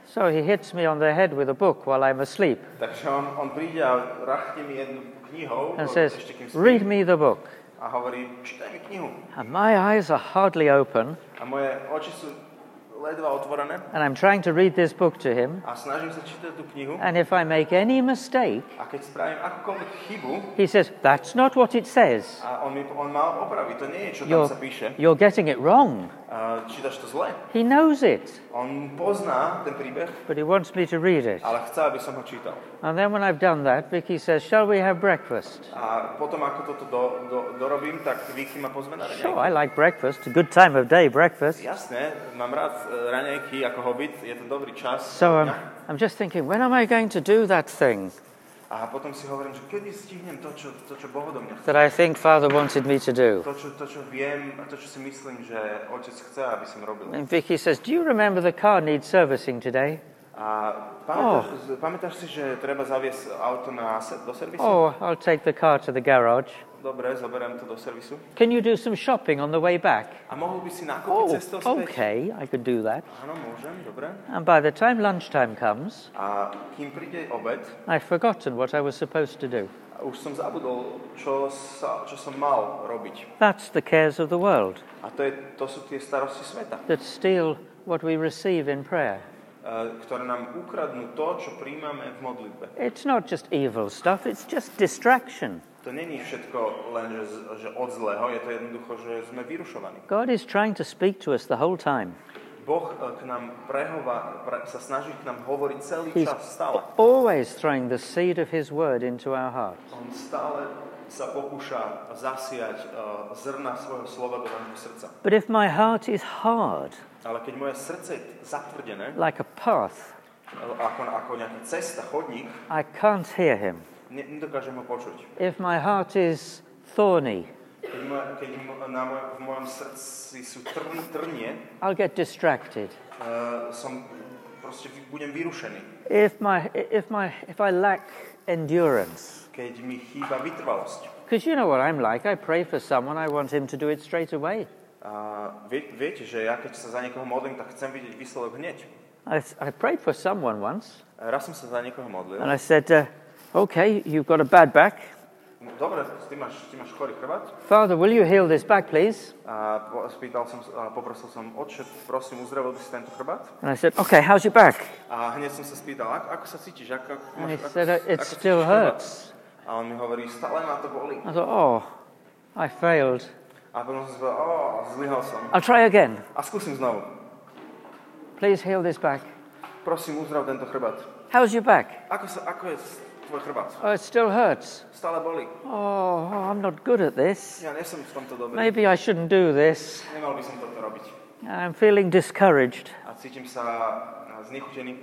Speaker 2: So he hits me on the head with a book while I'm asleep
Speaker 1: Takže on, on príde a rachne mi jednu knihou,
Speaker 2: and
Speaker 1: eh,
Speaker 2: says,
Speaker 1: ešte kým spím,
Speaker 2: Read me the book.
Speaker 1: a hovorí, čítaj mi knihu.
Speaker 2: And my eyes are hardly open,
Speaker 1: A moje oči sú eh, ledva otvorené
Speaker 2: and I'm trying to read this book to him.
Speaker 1: a snažím sa čítať tú knihu
Speaker 2: And if I make any mistake,
Speaker 1: a keď spravím akúkoľvek chybu
Speaker 2: he says, That's not what it says.
Speaker 1: a on, mi, on ma opraví, to nie je, čo tam
Speaker 2: You're,
Speaker 1: sa píše,
Speaker 2: you're getting it wrong.
Speaker 1: a čítaš to zle.
Speaker 2: He knows it,
Speaker 1: On pozná ten príbeh,
Speaker 2: but he wants me to read it.
Speaker 1: ale chce, aby som ho čítal.
Speaker 2: And then when I've done that, Vicky says, Shall we have breakfast?
Speaker 1: A potom, ako toto do, do, dorobím, tak Vicky ma pozve na
Speaker 2: Sure,
Speaker 1: raňajky.
Speaker 2: I like breakfast. A good time of day, breakfast.
Speaker 1: Jasné, mám rád e, raňajky ako hobbit, je to dobrý čas.
Speaker 2: So um,
Speaker 1: dňa.
Speaker 2: I'm just thinking, when am I going to do that thing
Speaker 1: A potom si hovorím, že kedy stihnem to, čo, to, čo Boh odo mňa chce.
Speaker 2: that I think Father wanted me to do?
Speaker 1: To čo, to, čo viem a to, čo si myslím, že Otec chce, aby som robil.
Speaker 2: And Vicky says, Do you remember the car needs servicing today?
Speaker 1: A pamätáš,
Speaker 2: Oh.
Speaker 1: z- pamätáš si, že treba zaviesť auto na, se- do servisu?
Speaker 2: Oh, I'll take the car to the garage.
Speaker 1: Dobre, zoberiem to do servisu.
Speaker 2: Can you do some shopping on the way back?
Speaker 1: A mohol by si nakúpiť
Speaker 2: Oh,
Speaker 1: cestou späť?
Speaker 2: okay, I could do that.
Speaker 1: Áno, môžem, dobre.
Speaker 2: And by the time lunchtime comes,
Speaker 1: A kým príde obed,
Speaker 2: I've forgotten what I was supposed to do.
Speaker 1: už som zabudol, čo, sa, čo som mal robiť.
Speaker 2: That's the cares of the world
Speaker 1: A to, je, to sú tie starosti sveta, e,
Speaker 2: that steal what we receive in prayer.
Speaker 1: ktoré nám ukradnú to, čo príjmame v modlitbe.
Speaker 2: It's not just evil stuff, it's just distraction.
Speaker 1: To není všetko len, že, z- že od zlého, je to jednoducho, že sme vyrušovaní.
Speaker 2: God is trying to speak to us the whole time.
Speaker 1: Boh e, k nám prehova, pre, sa snaží k nám hovoriť celý
Speaker 2: He's
Speaker 1: čas stále.
Speaker 2: always throwing the seed of His word into our hearts.
Speaker 1: On stále sa pokúša zasiať e, zrna svojho slova do nášho srdca.
Speaker 2: But if my heart is hard,
Speaker 1: Ale keď moje srdce je zatvrdené,
Speaker 2: like a path,
Speaker 1: e, ako, ako nejaká cesta, chodník,
Speaker 2: I can't hear Him.
Speaker 1: ne, nedokážem ho počuť.
Speaker 2: If my heart is thorny,
Speaker 1: Keď, moje, keď mo- na moje, v mojom srdci sú trn, trnie,
Speaker 2: I'll get distracted.
Speaker 1: Uh, som proste vy- budem vyrušený,
Speaker 2: If, my, if, my, if I lack endurance,
Speaker 1: keď mi chýba vytrvalosť.
Speaker 2: because you know what I'm like, I pray for someone, I want Him to do it straight away.
Speaker 1: A vie, viete, že ja keď sa za niekoho modlím, tak chcem vidieť výsledok hneď.
Speaker 2: I, I prayed for someone once,
Speaker 1: Raz som sa za niekoho modlil.
Speaker 2: and I said, uh, Okay, you've got a bad back.
Speaker 1: Dobre, ty máš, ty máš chorý chrbát.
Speaker 2: Father, will you heal this back, please?
Speaker 1: A po- spýtal som, sa- a poprosil som, otče, prosím, uzdravil by si tento chrbát?
Speaker 2: And I said, Okay, how's your back?
Speaker 1: A hneď som sa spýtal, ako, ako sa cítiš? Ako, ako,
Speaker 2: And he
Speaker 1: máš, ako,
Speaker 2: said, "Uh,
Speaker 1: ako
Speaker 2: It
Speaker 1: cítiš
Speaker 2: still
Speaker 1: chrbát?"
Speaker 2: hurts.
Speaker 1: A on mi hovorí, stále ma to bolí.
Speaker 2: I thought, Oh, I failed.
Speaker 1: A potom som si povedal, o, zlyhal som.
Speaker 2: I'll try again.
Speaker 1: A skúsim znovu.
Speaker 2: Please heal this back.
Speaker 1: Prosím, uzdrav tento chrbát.
Speaker 2: How's your back?
Speaker 1: Ako, sa, ako je tvoj chrbát?
Speaker 2: Oh, it still hurts.
Speaker 1: Stále bolí.
Speaker 2: Oh, oh, I'm not good at this.
Speaker 1: Ja nie som v tomto dobrý.
Speaker 2: Maybe I shouldn't do this.
Speaker 1: Nemal by som toto robiť.
Speaker 2: I'm feeling discouraged.
Speaker 1: A cítim sa a, znechutený.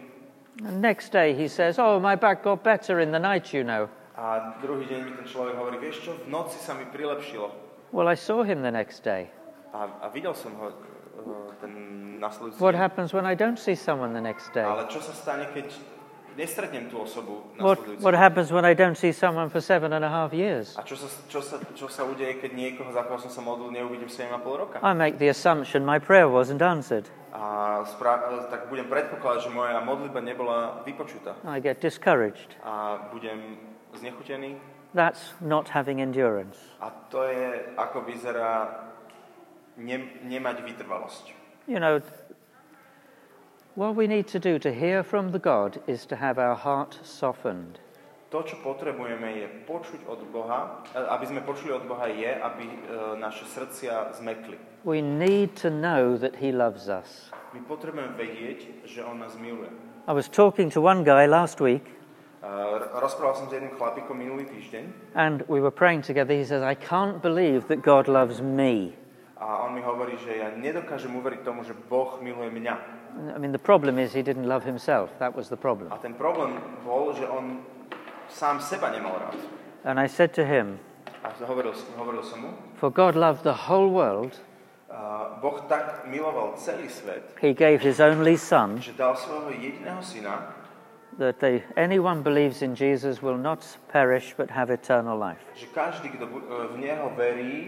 Speaker 2: The next day he says, Oh, my back got better in the night, you know.
Speaker 1: A druhý deň mi ten človek hovorí, vieš čo, v noci sa mi prilepšilo.
Speaker 2: Well, I saw him the next day.
Speaker 1: A, a videl som ho e, ten nasledujúci
Speaker 2: What
Speaker 1: deň.
Speaker 2: happens when I don't see someone the next day?
Speaker 1: Ale čo sa stane, keď nestretnem tú osobu
Speaker 2: What,
Speaker 1: nasledujúci
Speaker 2: what
Speaker 1: deň?
Speaker 2: happens when I don't see someone for seven and a half years?
Speaker 1: A čo sa, čo, sa, čo sa udeje, keď niekoho, za koho som sa modlil, neuvidím 7,5 roka?
Speaker 2: I make the assumption my prayer wasn't answered.
Speaker 1: A spra- e, tak budem predpokladať, že moja modlitba nebola vypočutá.
Speaker 2: I get discouraged.
Speaker 1: A budem znechutený.
Speaker 2: That's not having endurance.
Speaker 1: A to je, ako vyzerá ne- nemať vytrvalosť.
Speaker 2: You know, what we need to do to hear from the God is to have our heart softened.
Speaker 1: To, čo potrebujeme, je počuť od Boha, e, aby sme počuli od Boha, je, aby e, naše srdcia zmekli.
Speaker 2: We need to know that He loves us.
Speaker 1: My potrebujeme vedieť, že On nás miluje.
Speaker 2: I was talking to one guy last week,
Speaker 1: E, r- Rozprával som s jedným chlapíkom minulý týždeň
Speaker 2: and we were praying together. He says, I can't believe that God loves me.
Speaker 1: a on mi hovorí, že ja nedokážem uveriť tomu, že Boh miluje mňa.
Speaker 2: I mean, the problem is he didn't love himself. That was the problem.
Speaker 1: A ten problém bol, že on sám seba nemal rád.
Speaker 2: And I said to him,
Speaker 1: A hovoril, hovoril som mu,
Speaker 2: For God loved the whole world,
Speaker 1: a Boh tak miloval celý svet,
Speaker 2: he gave his only Son,
Speaker 1: že dal svojho jediného syna,
Speaker 2: that they, anyone believes in Jesus will not perish but have eternal life.
Speaker 1: že každý, kto bu- e, v Neho verí, e,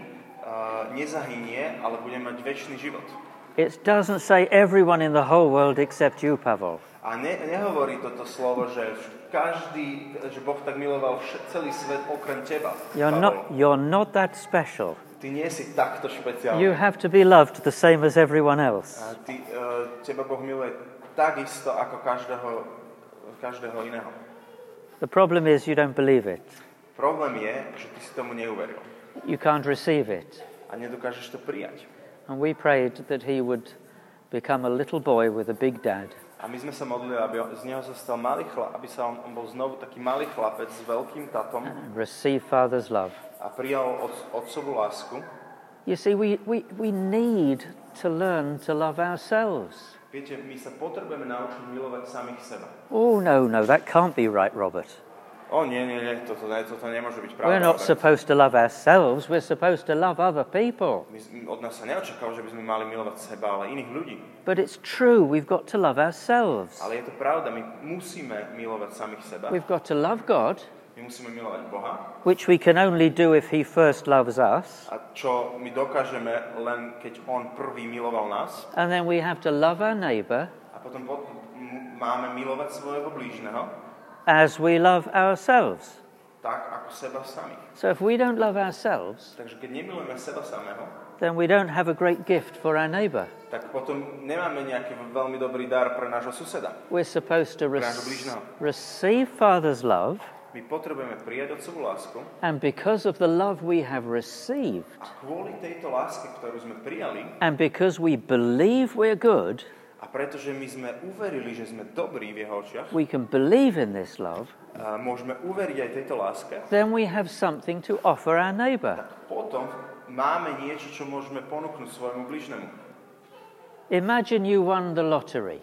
Speaker 1: nezahynie, ale bude mať väčší život.
Speaker 2: It doesn't say everyone in the whole world except you, Pavel.
Speaker 1: A ne, nehovorí toto slovo, že vš- každý, že Boh tak miloval vš- celý svet okrem teba.
Speaker 2: You're
Speaker 1: Pavol.
Speaker 2: not, you're not that special.
Speaker 1: Ty Ty nie si takto špeciálny.
Speaker 2: You have to be loved the same as everyone else.
Speaker 1: A Ty, eh, teba Boh miluje takisto ako každého, každého iného.
Speaker 2: The problem is you don't believe it.
Speaker 1: Problém je, že ty si tomu neuveril
Speaker 2: You can't receive it.
Speaker 1: a nedokážeš to prijať.
Speaker 2: And we prayed that he would become a little boy with a big dad.
Speaker 1: A my sme sa modlili, aby on- z neho sa stal malý chlap, aby sa on, on bol znovu taký malý chlapec s veľkým tatom
Speaker 2: and Receive Father's love.
Speaker 1: a prijal od, otcovú lásku.
Speaker 2: You see, we, we, we need to learn to love ourselves.
Speaker 1: Viete, my sa potrebujeme naučiť milovať samých seba.
Speaker 2: Oh, no, no, that can't be right, Robert.
Speaker 1: O, nie, nie, nie, toto, ne, toto nemôže byť pravda.
Speaker 2: We're not
Speaker 1: Robert.
Speaker 2: supposed to love ourselves, we're supposed to love other people.
Speaker 1: My, z- od nás sa neočakalo, že by sme mali milovať seba, ale iných ľudí.
Speaker 2: But it's true, we've got to love ourselves.
Speaker 1: Ale je to pravda, my musíme milovať samých seba.
Speaker 2: We've got to love God,
Speaker 1: My musíme milovať Boha.
Speaker 2: which we can only do if He first loves us.
Speaker 1: A čo my dokážeme len, keď On prvý miloval nás.
Speaker 2: And then we have to love our neighbour
Speaker 1: A potom po- m- máme milovať svojho blížneho
Speaker 2: as we love ourselves.
Speaker 1: tak, ako seba samých.
Speaker 2: So if we don't love ourselves,
Speaker 1: Takže keď nemilujeme seba samého,
Speaker 2: then we don't have a great gift for our neighbour.
Speaker 1: tak potom nemáme nejaký veľmi dobrý dar pre nášho suseda.
Speaker 2: We're supposed to rec-
Speaker 1: Gražu blížneho.
Speaker 2: receive Father's love,
Speaker 1: My potrebujeme prijať Otcovú lásku
Speaker 2: and because of the love we have received,
Speaker 1: a kvôli tejto láske, ktorú sme prijali,
Speaker 2: and because we believe we're good,
Speaker 1: a pretože my sme uverili, že sme dobrí v Jeho očiach,
Speaker 2: we can believe in this love,
Speaker 1: a môžeme uveriť aj tejto láske,
Speaker 2: then we have something to offer our neighbour.
Speaker 1: tak potom máme niečo, čo môžeme ponúknuť svojmu blížnemu.
Speaker 2: Imagine you won the lottery,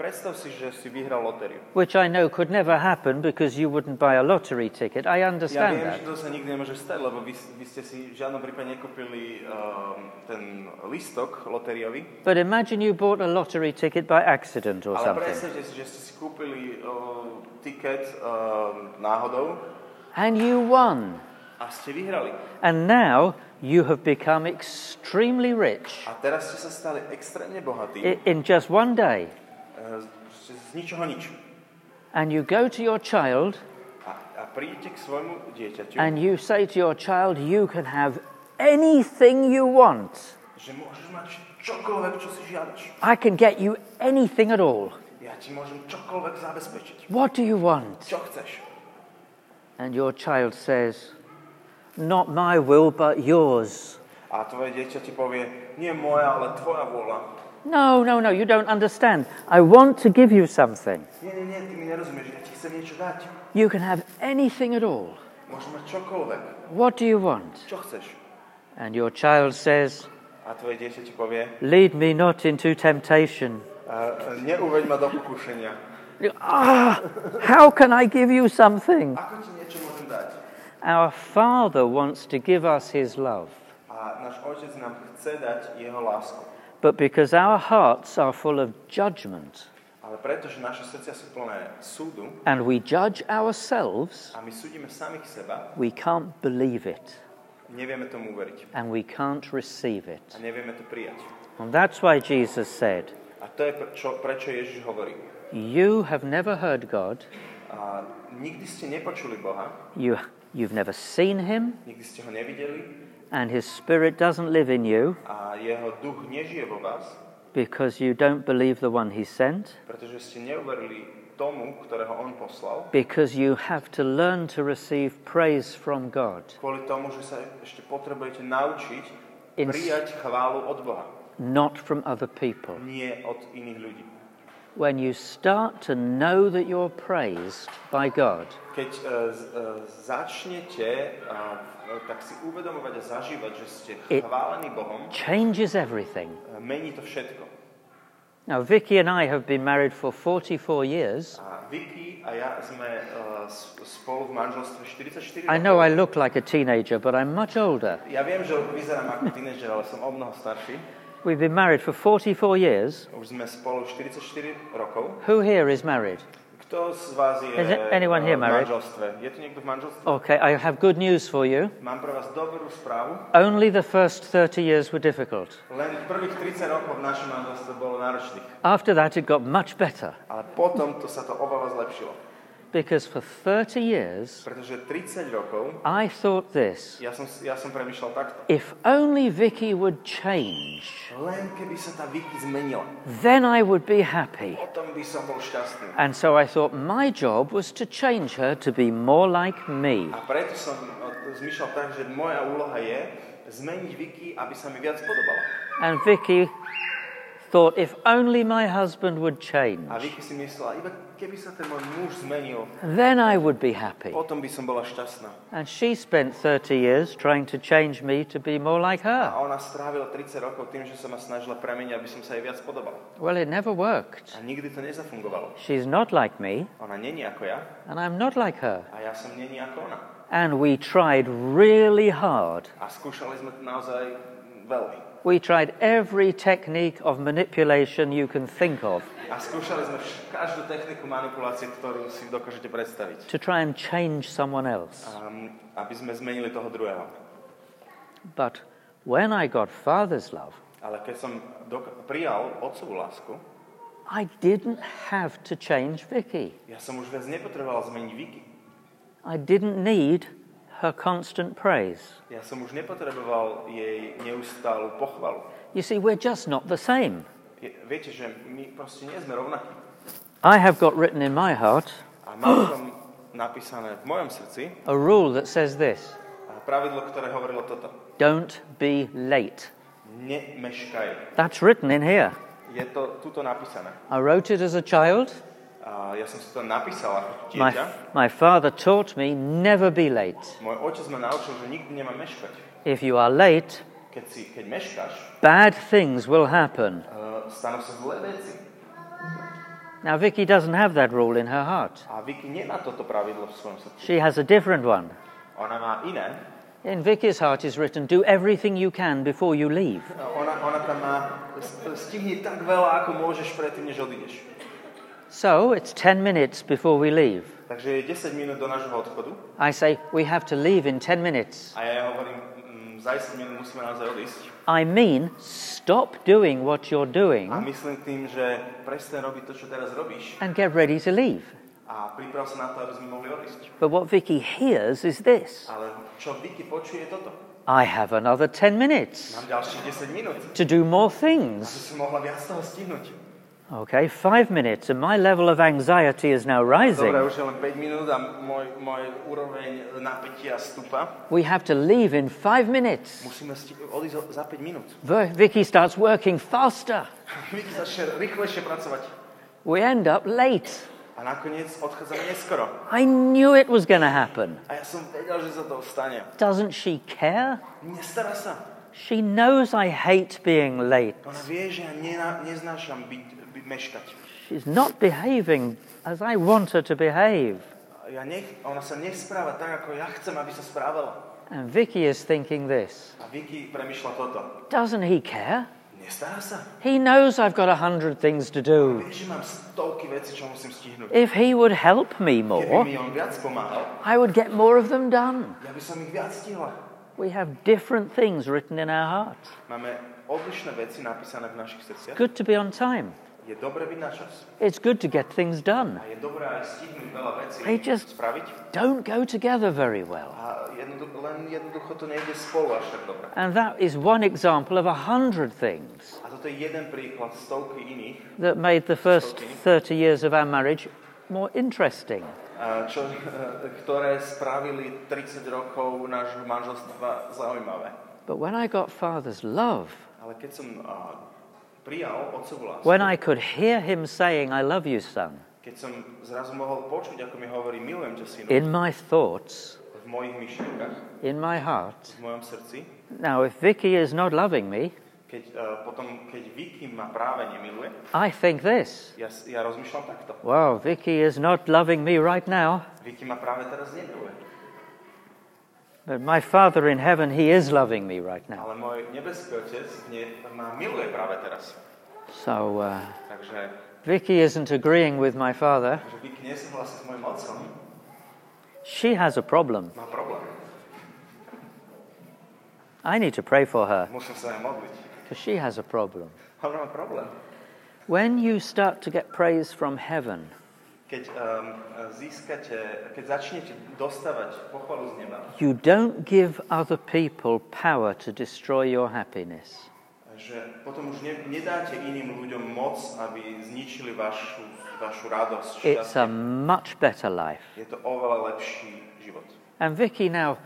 Speaker 1: Predstav si, že si vyhral lotériu.
Speaker 2: which I know could never happen because you wouldn't buy a lottery ticket. I
Speaker 1: Ja
Speaker 2: understand
Speaker 1: viem, že
Speaker 2: that.
Speaker 1: to sa nikdy nemôže stať, lebo vy, vy ste si v žiadnom prípade nekúpili um, ten listok lotériový,
Speaker 2: But imagine you bought a lottery ticket by accident or
Speaker 1: ale
Speaker 2: something,
Speaker 1: predstavte si, že ste si kúpili uh, tiket uh, náhodou
Speaker 2: and you won.
Speaker 1: a ste vyhrali.
Speaker 2: And now you have become extremely rich
Speaker 1: A teraz ste sa stali extrémne bohatí.
Speaker 2: i- in just one day.
Speaker 1: Eh, z, z ničoho nič.
Speaker 2: And you go to your child
Speaker 1: A, a prídete k svojmu dieťaťu,
Speaker 2: and you say to your child, You can have anything you want.
Speaker 1: že môžeš mať čokoľvek, čo si žiadaš.
Speaker 2: I can get you anything at all.
Speaker 1: Ja ti môžem čokoľvek zabezpečiť.
Speaker 2: What do you want?
Speaker 1: Čo chceš?
Speaker 2: And your child says, Not my will, but yours.
Speaker 1: A tvoje dieťa ti povie, nie moja, ale tvoja vôľa.
Speaker 2: No, no, no, you don't understand. I want to give you something.
Speaker 1: Nie, nie, nie, ty mi nerozumieš, ja ti chcem niečo dať.
Speaker 2: You can have anything at all.
Speaker 1: Môžeš mať čokoľvek.
Speaker 2: What do you want?
Speaker 1: Čo chceš?
Speaker 2: And your child says,
Speaker 1: A tvoje dieťa ti povie,
Speaker 2: Lead me not into temptation.
Speaker 1: uh, neuveď ma do pokušenia.
Speaker 2: Ah, how can I give you something?
Speaker 1: Ako ti niečo môžem dať?
Speaker 2: Our Father wants to give us His love,
Speaker 1: A náš otec nám chce dať jeho lásku.
Speaker 2: but because our hearts are full of judgment
Speaker 1: Ale pretože naše srdcia sú plné súdu,
Speaker 2: and we judge ourselves,
Speaker 1: A my súdime samých seba,
Speaker 2: we can't believe it
Speaker 1: nevieme tomu uveriť
Speaker 2: and we can't receive it.
Speaker 1: a nevieme to prijať.
Speaker 2: And that's why Jesus said,
Speaker 1: A to je pre- čo, prečo Ježiš hovorí.
Speaker 2: You have never heard God,
Speaker 1: A nikdy ste nepočuli Boha,
Speaker 2: you, you've never seen Him,
Speaker 1: nikdy ste ho nevideli
Speaker 2: and His Spirit doesn't live in you
Speaker 1: a jeho duch nežije vo vás,
Speaker 2: because you don't believe the one He sent,
Speaker 1: pretože ste neuverili tomu, ktorého on poslal,
Speaker 2: because you have to learn to receive praise from God.
Speaker 1: kvôli tomu, že sa ešte potrebujete naučiť
Speaker 2: In-
Speaker 1: prijať chválu od Boha,
Speaker 2: not from other people.
Speaker 1: nie od iných ľudí.
Speaker 2: When you start to know that you're praised by God,
Speaker 1: Keď e, z, e, začnete, a, e, tak si uvedomovať a zažívať, že ste
Speaker 2: I-
Speaker 1: chválení Bohom, e,
Speaker 2: changes everything.
Speaker 1: mení to všetko.
Speaker 2: Now, Vicky and I have been married for 44 years.
Speaker 1: A Vicky a ja sme uh, s- spolu v manželstve 44
Speaker 2: I know I look like a no- teenager, but I'm much older.
Speaker 1: Ja viem, že vyzerám ako tínežer, ale som o mnoho starší.
Speaker 2: We've been married for 44 years.
Speaker 1: Už sme spolu 44 rokov.
Speaker 2: Who here is married?
Speaker 1: Kto z vás je
Speaker 2: Is it anyone
Speaker 1: eh,
Speaker 2: here
Speaker 1: v
Speaker 2: married?
Speaker 1: manželstve? Je tu niekto v manželstve?
Speaker 2: Okay, I have good news for you.
Speaker 1: Mám pre vás dobrú správu.
Speaker 2: Only the first 30 years were difficult.
Speaker 1: Len prvých 30 rokov v našom manželstve bolo náročných.
Speaker 2: After that, it got much better.
Speaker 1: Ale potom to sa to oveľa zlepšilo.
Speaker 2: because for 30 years
Speaker 1: Pretože 30 rokov
Speaker 2: I thought this
Speaker 1: ja som, ja som premyšľal takto.
Speaker 2: if only Vicky would change,
Speaker 1: Len keby sa tá Vicky zmenila,
Speaker 2: then I would be happy.
Speaker 1: potom by som bol šťastný.
Speaker 2: And so I thought my job was to change her to be more like me.
Speaker 1: A preto som o- zmyšľal tak, že moja úloha je zmeniť Vicky, aby sa mi viac podobala.
Speaker 2: And Vicky thought if only my husband would change,
Speaker 1: A Vicky si myslela, iba keby sa ten môj muž zmenil,
Speaker 2: then I would be happy.
Speaker 1: potom by som bola šťastná.
Speaker 2: And she spent 30 years trying to change me to be more like
Speaker 1: A
Speaker 2: her.
Speaker 1: ona strávila 30 rokov tým, že sa ma snažila premeniť, aby som sa jej viac podobal.
Speaker 2: Well, it never worked.
Speaker 1: A nikdy to nezafungovalo.
Speaker 2: She's not like me,
Speaker 1: Ona není ako ja
Speaker 2: and I'm not like her.
Speaker 1: a ja som není ako ona.
Speaker 2: And we tried really hard.
Speaker 1: A skúšali sme to naozaj veľmi.
Speaker 2: We tried every technique of manipulation you can think of
Speaker 1: A skúšali sme vš- každú techniku manipulácie, ktorú si dokážete predstaviť.
Speaker 2: to try and change someone else.
Speaker 1: Um, aby sme zmenili toho druhého.
Speaker 2: But when I got Father's love,
Speaker 1: Ale keď som dok- prijal otcovú lásku,
Speaker 2: I didn't have to change Vicky.
Speaker 1: ja som už viac nepotreboval zmeniť Vicky.
Speaker 2: I didn't need her constant praise.
Speaker 1: Ja som už nepotreboval jej neustálu pochvalu.
Speaker 2: You see, we're just not the same.
Speaker 1: Je, viete, že my proste nie sme rovnakí.
Speaker 2: I have got written in my heart
Speaker 1: A mám tam napísané v mojom srdci
Speaker 2: a rule that says this
Speaker 1: a pravidlo, ktoré hovorilo toto.
Speaker 2: don't be late.
Speaker 1: Nemeškaj.
Speaker 2: That's written in here.
Speaker 1: Je to tuto napísané.
Speaker 2: I wrote it as a child.
Speaker 1: A ja som si to napísal ako
Speaker 2: My,
Speaker 1: dieťa.
Speaker 2: my father taught me never be late.
Speaker 1: Môj otec ma naučil, že nikdy nemá meškať.
Speaker 2: If you are late,
Speaker 1: Keď, si, keď meškáš,
Speaker 2: bad things will happen.
Speaker 1: uh, stanú sa zlé veci.
Speaker 2: Now, Vicky doesn't have that rule in her heart.
Speaker 1: A Vicky nemá toto pravidlo v svojom srdci.
Speaker 2: She has a different one.
Speaker 1: Ona má iné.
Speaker 2: In Vicky's heart is written, do everything you can before you leave.
Speaker 1: No, Ona, ona tam má, st- stihni tak veľa, ako môžeš predtým, než odídeš.
Speaker 2: So it's 10 minutes before we leave.
Speaker 1: Takže je 10 minút do nášho odchodu
Speaker 2: I say, we have to leave in 10 minutes.
Speaker 1: a ja jej hovorím, mm, za 10 minút musíme naozaj odísť.
Speaker 2: I mean, stop doing what you're
Speaker 1: A
Speaker 2: doing
Speaker 1: myslím tým, že presne robiť to, čo teraz robíš
Speaker 2: and get ready to leave.
Speaker 1: a priprav sa na to, aby sme mohli odísť.
Speaker 2: But what Vicky hears is this
Speaker 1: Ale čo Vicky počuje je toto?
Speaker 2: I have another 10 minutes
Speaker 1: Mám ďalších 10 minút,
Speaker 2: to do more
Speaker 1: aby
Speaker 2: things.
Speaker 1: som mohla viac toho stihnúť.
Speaker 2: Okay, five minutes, and my level of anxiety is now
Speaker 1: Dobre,
Speaker 2: rising.
Speaker 1: už je len 5 minút a môj, môj úroveň napätia stupa.
Speaker 2: We have to leave in five minutes.
Speaker 1: Musíme sti- odísť o- za 5 minút.
Speaker 2: V- Vicky starts working faster.
Speaker 1: Vicky začne rýchlejšie pracovať.
Speaker 2: We end up late.
Speaker 1: A nakoniec odchádzame neskoro.
Speaker 2: I knew it was going to happen.
Speaker 1: A ja som vedel, že sa to stane.
Speaker 2: Doesn't she care?
Speaker 1: Nestará sa.
Speaker 2: She knows I hate being late.
Speaker 1: Ona vie, že ja nena- neznášam byť, byť meškať.
Speaker 2: She's not behaving as I want her to behave.
Speaker 1: Ja nech- ona sa nespráva tak, ako ja chcem, aby sa správala.
Speaker 2: And Vicky is thinking this
Speaker 1: A Vicky premyšľa toto.
Speaker 2: Doesn't he care?
Speaker 1: Nestará sa.
Speaker 2: He knows I've got a hundred things to do.
Speaker 1: Vie, že mám stovky vecí, čo musím stihnúť.
Speaker 2: If he would help
Speaker 1: Keby
Speaker 2: me more,
Speaker 1: mi on viac pomáhal,
Speaker 2: I would get more of them done.
Speaker 1: ja by som ich viac stihla.
Speaker 2: We have different things written in our hearts.
Speaker 1: Máme odlišné veci napísané v našich srdciach.
Speaker 2: Good to be on time.
Speaker 1: Je dobré byť na čas.
Speaker 2: It's good to get things done.
Speaker 1: A je dobré aj stihnúť veľa vecí
Speaker 2: They just-
Speaker 1: spraviť.
Speaker 2: Don't go together very well.
Speaker 1: A jednoducho, len jednoducho to nejde spolu až tak dobre.
Speaker 2: And that is one example of a hundred things
Speaker 1: A toto je jeden príklad stovky iných,
Speaker 2: that made the first 30 years of our marriage more interesting.
Speaker 1: a čo, e, ktoré spravili 30 rokov nášho manželstva zaujímavé.
Speaker 2: But when I got Father's love,
Speaker 1: Ale keď som a, prijal otcovú lásku,
Speaker 2: when I could hear him saying, I love you, son,
Speaker 1: keď som zrazu mohol počuť, ako mi hovorí, milujem ťa, synu,
Speaker 2: in my thoughts,
Speaker 1: v mojich myšlienkach,
Speaker 2: in my heart.
Speaker 1: v mojom srdci,
Speaker 2: Now, if Vicky is not loving me,
Speaker 1: keď, a, potom, keď Vicky ma práve nemiluje,
Speaker 2: I think this
Speaker 1: ja, s- ja rozmýšľam takto.
Speaker 2: Wow, Vicky is not loving me right now,
Speaker 1: Vicky ma práve teraz nemiluje.
Speaker 2: but my Father in heaven, he is loving me right now.
Speaker 1: Ale môj nebeský otec mne, ma miluje práve teraz.
Speaker 2: So, uh,
Speaker 1: Takže,
Speaker 2: Vicky isn't agreeing with my Father.
Speaker 1: že Vicky nesúhlasí s mojim otcom,
Speaker 2: She has a problem.
Speaker 1: má problém.
Speaker 2: I need to pray for her
Speaker 1: Musím sa aj modliť.
Speaker 2: because she has a problem.
Speaker 1: A Ona má problém.
Speaker 2: When you start to get praise from heaven,
Speaker 1: keď um, získate, keď začnete dostávať pochvalu z neba,
Speaker 2: you don't give other people power to destroy your happiness.
Speaker 1: že potom už ne, nedáte iným ľuďom moc, aby zničili vašu, vašu radosť.
Speaker 2: It's
Speaker 1: šťastie.
Speaker 2: a much better life.
Speaker 1: Je to oveľa lepší život.
Speaker 2: And Vicky now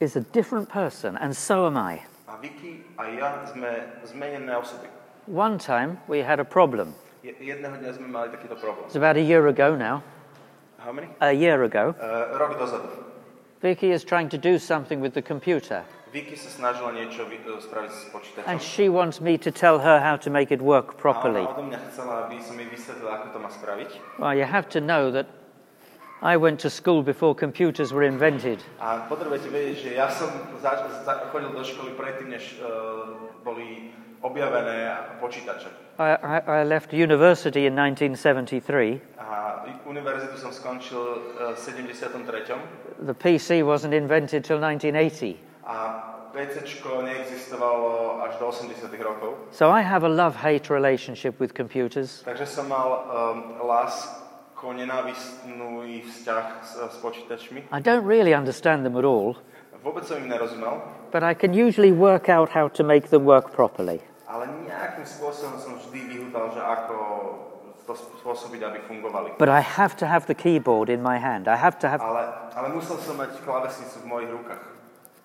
Speaker 2: is a different person, and so am I.
Speaker 1: A Vicky a ja sme zmenené osoby.
Speaker 2: One time we had a problem.
Speaker 1: Je, jedného dňa sme mali takýto problém.
Speaker 2: It's about a year ago now.
Speaker 1: How many?
Speaker 2: A year ago,
Speaker 1: Uh, rok dozadu.
Speaker 2: Vicky is trying to do something with the computer,
Speaker 1: Vicky sa snažila niečo vy, eh, spraviť s počítačom.
Speaker 2: and she wants me to tell her how to make it work
Speaker 1: A ona
Speaker 2: properly.
Speaker 1: odo mňa chcela, aby som jej vysvetlila, ako to má spraviť.
Speaker 2: Well, you have to know that I went to school before computers were invented.
Speaker 1: A potrebujete vedieť, že ja som za, za, chodil do školy predtým, než uh, boli objavené počítače.
Speaker 2: I, I, I left university in 1973.
Speaker 1: A univerzitu som skončil eh, v 73.
Speaker 2: The PC wasn't invented till 1980.
Speaker 1: a PCčko neexistovalo až do 80. rokov.
Speaker 2: So I have a love hate relationship with computers.
Speaker 1: Takže som mal um, lásko nenávistný vzťah s, s počítačmi.
Speaker 2: I don't really understand them at all,
Speaker 1: Vôbec som im nerozumel,
Speaker 2: but I can usually work out how to make them work properly.
Speaker 1: ale nejakým spôsobom som vždy vyhútal, že ako to spôsobiť, aby fungovali.
Speaker 2: But I have to have the keyboard in my hand. I have to have.
Speaker 1: Ale, ale musel som mať klávesnicu v mojich rukách.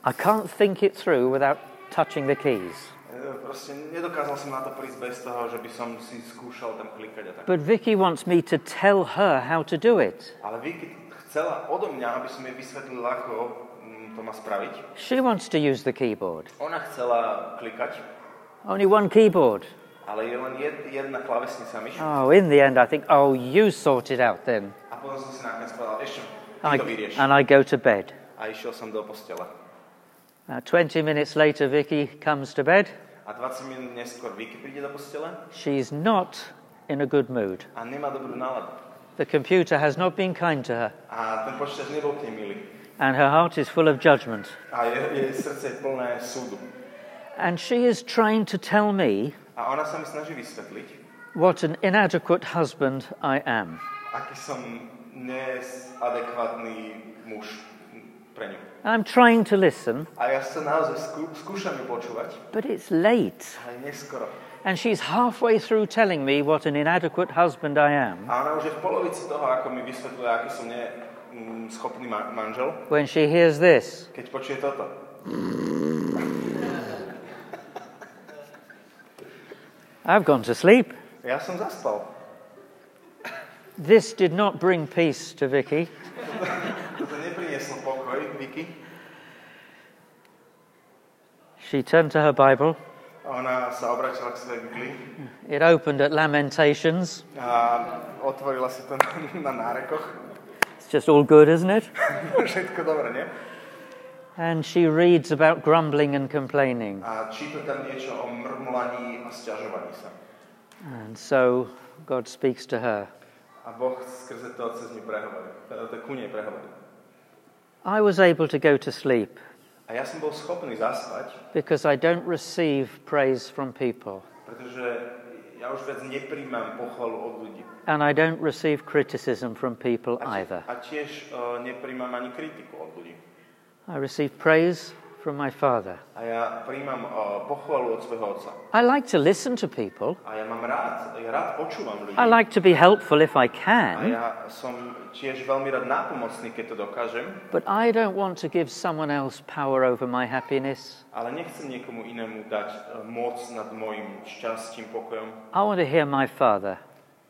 Speaker 2: I can't think it through without touching the keys.
Speaker 1: E, Proste nedokázal som na to prísť bez toho, že by som si skúšal tam klikať a tak.
Speaker 2: But Vicky wants me to tell her how to do it.
Speaker 1: Ale Vicky chcela odo mňa, aby som jej vysvetlil, ako mm, to má spraviť.
Speaker 2: She wants to use the keyboard.
Speaker 1: Ona chcela klikať,
Speaker 2: Only one keyboard.
Speaker 1: ale je len jed, jedna klávesnica myš.
Speaker 2: Oh, in the end, I think, oh, you sort it out then.
Speaker 1: A potom som si nakoniec povedal, ešte, ty
Speaker 2: I,
Speaker 1: to vyrieš.
Speaker 2: and I go to bed.
Speaker 1: A išiel som do postele.
Speaker 2: Uh, 20 minutes later, Vicky comes to bed.
Speaker 1: A 20 minút neskôr Vicky príde do postele
Speaker 2: She's not in a good mood.
Speaker 1: a nemá dobrú náladu.
Speaker 2: The computer has not been kind to her,
Speaker 1: A ten počítač nebol k nej milý.
Speaker 2: and her heart is full of judgment.
Speaker 1: A je, jej srdce je plné súdu.
Speaker 2: And she is trying to tell me
Speaker 1: A ona sa mi snaží vysvetliť,
Speaker 2: what an inadequate husband I am.
Speaker 1: aký som neadekvátny muž pre ňu.
Speaker 2: I'm trying to listen,
Speaker 1: A ja sa naozaj skú, skúšam ju počúvať,
Speaker 2: but it's late.
Speaker 1: ale neskoro.
Speaker 2: And she's halfway through telling me what an inadequate husband I am
Speaker 1: A ona už je v polovici toho, ako mi vysvetľuje, aký som ne, mm, schopný ma- manžel,
Speaker 2: when she hears this.
Speaker 1: keď počuje toto.
Speaker 2: I've gone to sleep.
Speaker 1: Ja som zaspal.
Speaker 2: This did not bring peace to Vicky.
Speaker 1: To neprinieslo pokoj, Vicky.
Speaker 2: She turned to her Bible.
Speaker 1: A Ona sa obrátila k svojej Biblii
Speaker 2: It opened at Lamentations.
Speaker 1: a otvorila si to na, na nárekoch.
Speaker 2: It's just all good, isn't it?
Speaker 1: Všetko dobre, nie?
Speaker 2: And she reads about grumbling and complaining.
Speaker 1: A číta tam niečo o mrmlaní a sťažovaní sa.
Speaker 2: And so God speaks to her.
Speaker 1: A Boh skrze to cez ňu prehovorí. E, To ku nej prehovorí.
Speaker 2: I was able to go to sleep
Speaker 1: A ja som bol schopný zaspať,
Speaker 2: because I don't receive praise from people
Speaker 1: pretože ja už viac nepríjmam pochvalu od ľudí.
Speaker 2: and I don't receive criticism from people
Speaker 1: A, tie-
Speaker 2: either.
Speaker 1: a tiež uh, nepríjmam ani kritiku od ľudí.
Speaker 2: I receive praise from my Father.
Speaker 1: A ja príjmam uh, pochvalu od svojho otca.
Speaker 2: I like to listen to people.
Speaker 1: A ja mám rád, ja rád počúvam ľudí.
Speaker 2: I like to be helpful if I
Speaker 1: A
Speaker 2: can,
Speaker 1: ja som tiež veľmi rád nápomocný, keď to dokážem,
Speaker 2: but I don't want to give someone else power over my happiness.
Speaker 1: ale nechcem niekomu inému dať uh, moc nad mojim šťastím, pokojom.
Speaker 2: I want to hear my Father,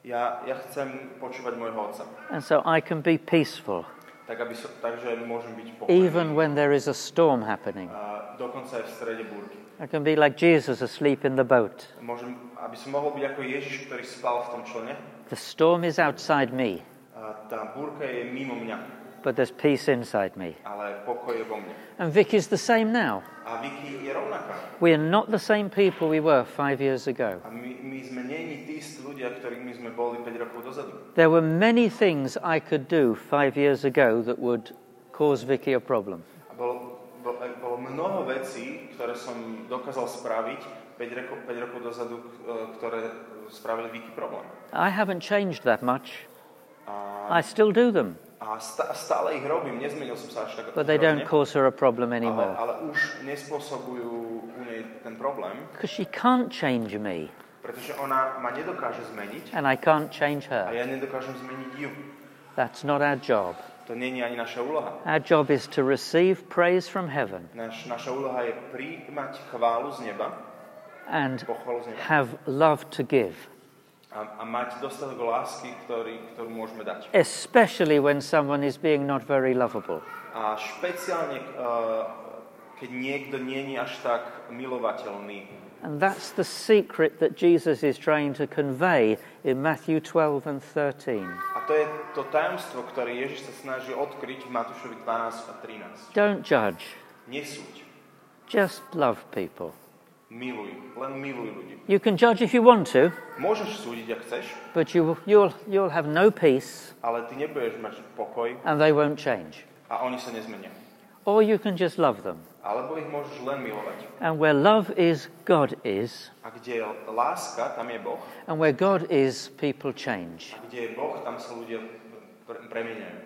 Speaker 1: Ja, ja chcem počúvať môjho otca,
Speaker 2: and so I can be peaceful,
Speaker 1: tak aby so, takže môžem byť pokojný.
Speaker 2: even when there is a storm happening.
Speaker 1: A dokonca aj v strede búrky.
Speaker 2: I can be like Jesus asleep in the boat.
Speaker 1: Môžem, aby som mohol byť ako Ježiš, ktorý spal v tom člne.
Speaker 2: The storm is outside me,
Speaker 1: A tá búrka je mimo mňa,
Speaker 2: but there's peace inside me.
Speaker 1: ale pokoj je vo mne.
Speaker 2: And Vic is the same now.
Speaker 1: A Vicky je rovnaká.
Speaker 2: We are not the same people we were five years ago.
Speaker 1: A my, my sme není tí istí ľudia, ktorými sme boli 5 rokov dozadu.
Speaker 2: There were many things I could do five years ago that would cause Vicky a problem.
Speaker 1: A bolo, bolo, bolo mnoho vecí, ktoré som dokázal spraviť 5 rokov, 5 rokov dozadu, k- e, ktoré spravili Vicky problém.
Speaker 2: I haven't changed that much. I still do them,
Speaker 1: A sta- stále ich robím, nezmenil som sa až tak.
Speaker 2: but they don't
Speaker 1: obrovne,
Speaker 2: cause her a problem
Speaker 1: ale,
Speaker 2: anymore.
Speaker 1: ale už nespôsobujú u nej ten problém,
Speaker 2: Because she can't change me,
Speaker 1: pretože ona ma nedokáže zmeniť
Speaker 2: and I can't change
Speaker 1: a
Speaker 2: her.
Speaker 1: ja nedokážem zmeniť ju.
Speaker 2: That's not our job.
Speaker 1: To nie je ani naša úloha.
Speaker 2: Our job is to receive praise from heaven
Speaker 1: Naš, naša úloha je príjmať chválu z neba,
Speaker 2: and
Speaker 1: pochvalu z neba
Speaker 2: have love to give,
Speaker 1: a, a mať dostatok lásky, ktorý, ktorú môžeme dať.
Speaker 2: especially when someone is being not very lovable.
Speaker 1: A špeciálne, eh, keď niekto nie je až tak milovateľný.
Speaker 2: And that's the secret that Jesus is trying to convey in Matthew 12 and 13.
Speaker 1: A to je to tajomstvo, ktoré Ježiš sa snaží odkryť v Matúšovi 12 a 13.
Speaker 2: Don't judge,
Speaker 1: Nesúď.
Speaker 2: just love people.
Speaker 1: Miluj. Len miluj ľudí.
Speaker 2: You can judge if you want to,
Speaker 1: Môžeš súdiť, ak chceš,
Speaker 2: but you, you'll, you'll have no peace
Speaker 1: ale ty nebudeš mať pokoj
Speaker 2: and they won't change.
Speaker 1: a oni sa nezmenia.
Speaker 2: Or you can just love them.
Speaker 1: Alebo ich môžeš len milovať.
Speaker 2: And where love is, God is.
Speaker 1: A kde je láska, tam je Boh.
Speaker 2: And where God is, people change.
Speaker 1: A kde je Boh, tam sa ľudia pre- premeniajú.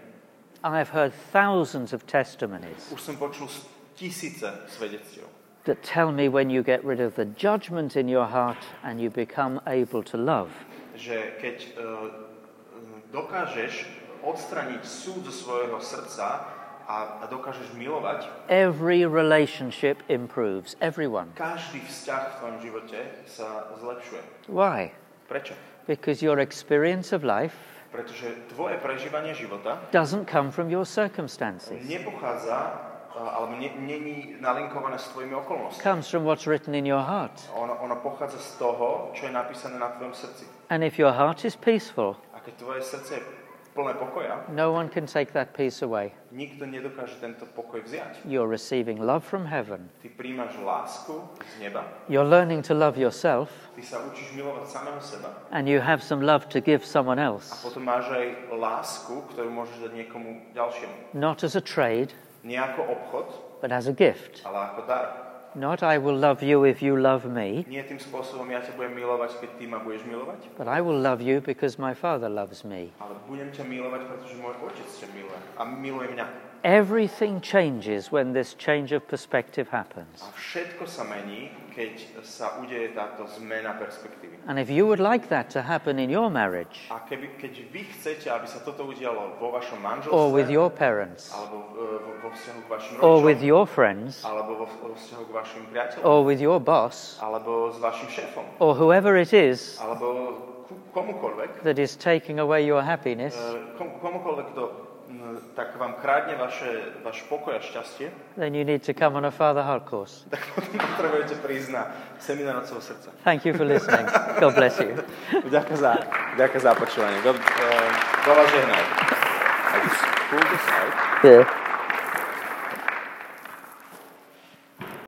Speaker 2: I've heard thousands of testimonies
Speaker 1: Už som počul s- tisíce svedectiev,
Speaker 2: that tell me when you get rid of the judgment in your heart and you become able to love,
Speaker 1: že keď e, dokážeš odstraniť súd zo svojho srdca a, a dokážeš milovať,
Speaker 2: every relationship improves, everyone.
Speaker 1: každý vzťah v tvojom živote sa zlepšuje.
Speaker 2: Why?
Speaker 1: Prečo?
Speaker 2: Because your experience of life
Speaker 1: Pretože tvoje prežívanie života
Speaker 2: doesn't come from your circumstances,
Speaker 1: nepochádza a- alebo ne- není nalinkované s tvojimi
Speaker 2: it
Speaker 1: okolnostiami.
Speaker 2: comes from what's written in your heart.
Speaker 1: Ono, ono pochádza z toho, čo je napísané na tvojom srdci.
Speaker 2: And if your heart is peaceful,
Speaker 1: A keď tvoje srdce je plné pokoja,
Speaker 2: no one can take that peace away.
Speaker 1: nikto nedokáže tento pokoj vziať.
Speaker 2: You're receiving love from heaven.
Speaker 1: Ty príjmaš lásku z neba,
Speaker 2: You're learning to love yourself,
Speaker 1: ty sa učíš milovať samého seba
Speaker 2: and you have some love to give someone
Speaker 1: a
Speaker 2: else.
Speaker 1: potom máš aj lásku, ktorú môžeš dať niekomu ďalšiemu.
Speaker 2: Not as a trade,
Speaker 1: Nie ako obchod,
Speaker 2: but as a gift.
Speaker 1: ale ako dar.
Speaker 2: Not I will love you if you love me,
Speaker 1: Nie tým spôsobom ja ťa budem milovať, keď ty ma budeš milovať,
Speaker 2: but I will love you because my Father loves me.
Speaker 1: ale budem ťa milovať, pretože môj otec ťa miluje a miluje mňa.
Speaker 2: Everything changes when this change of perspective happens.
Speaker 1: A všetko sa mení, keď sa udeje táto zmena perspektívy.
Speaker 2: And if you would like that to happen in your marriage
Speaker 1: A keby, keď vy chcete, aby sa toto udialo vo vašom
Speaker 2: or with
Speaker 1: manželstve,
Speaker 2: your parents
Speaker 1: alebo e, vo, vo vzťahu k vašim
Speaker 2: or with
Speaker 1: rodičom,
Speaker 2: your friends
Speaker 1: alebo vo, vo vzťahu k vašim priateľom,
Speaker 2: or with your boss
Speaker 1: alebo s vašim šéfom,
Speaker 2: or whoever it is
Speaker 1: alebo ku- komukoľvek,
Speaker 2: that is taking away your happiness,
Speaker 1: E, Kom, komukoľvek to mm, tak vám krádne vaše, vaš pokoj a šťastie,
Speaker 2: then you need to come on a Father Heart course.
Speaker 1: tak potom potrebujete prísť na seminár od svojho srdca.
Speaker 2: Thank you for listening. God bless you.
Speaker 1: Ďakujem za, Eh, ďakujem za počúvanie. Do, uh, do vás žehnaj. I just pull this out.
Speaker 2: Yeah.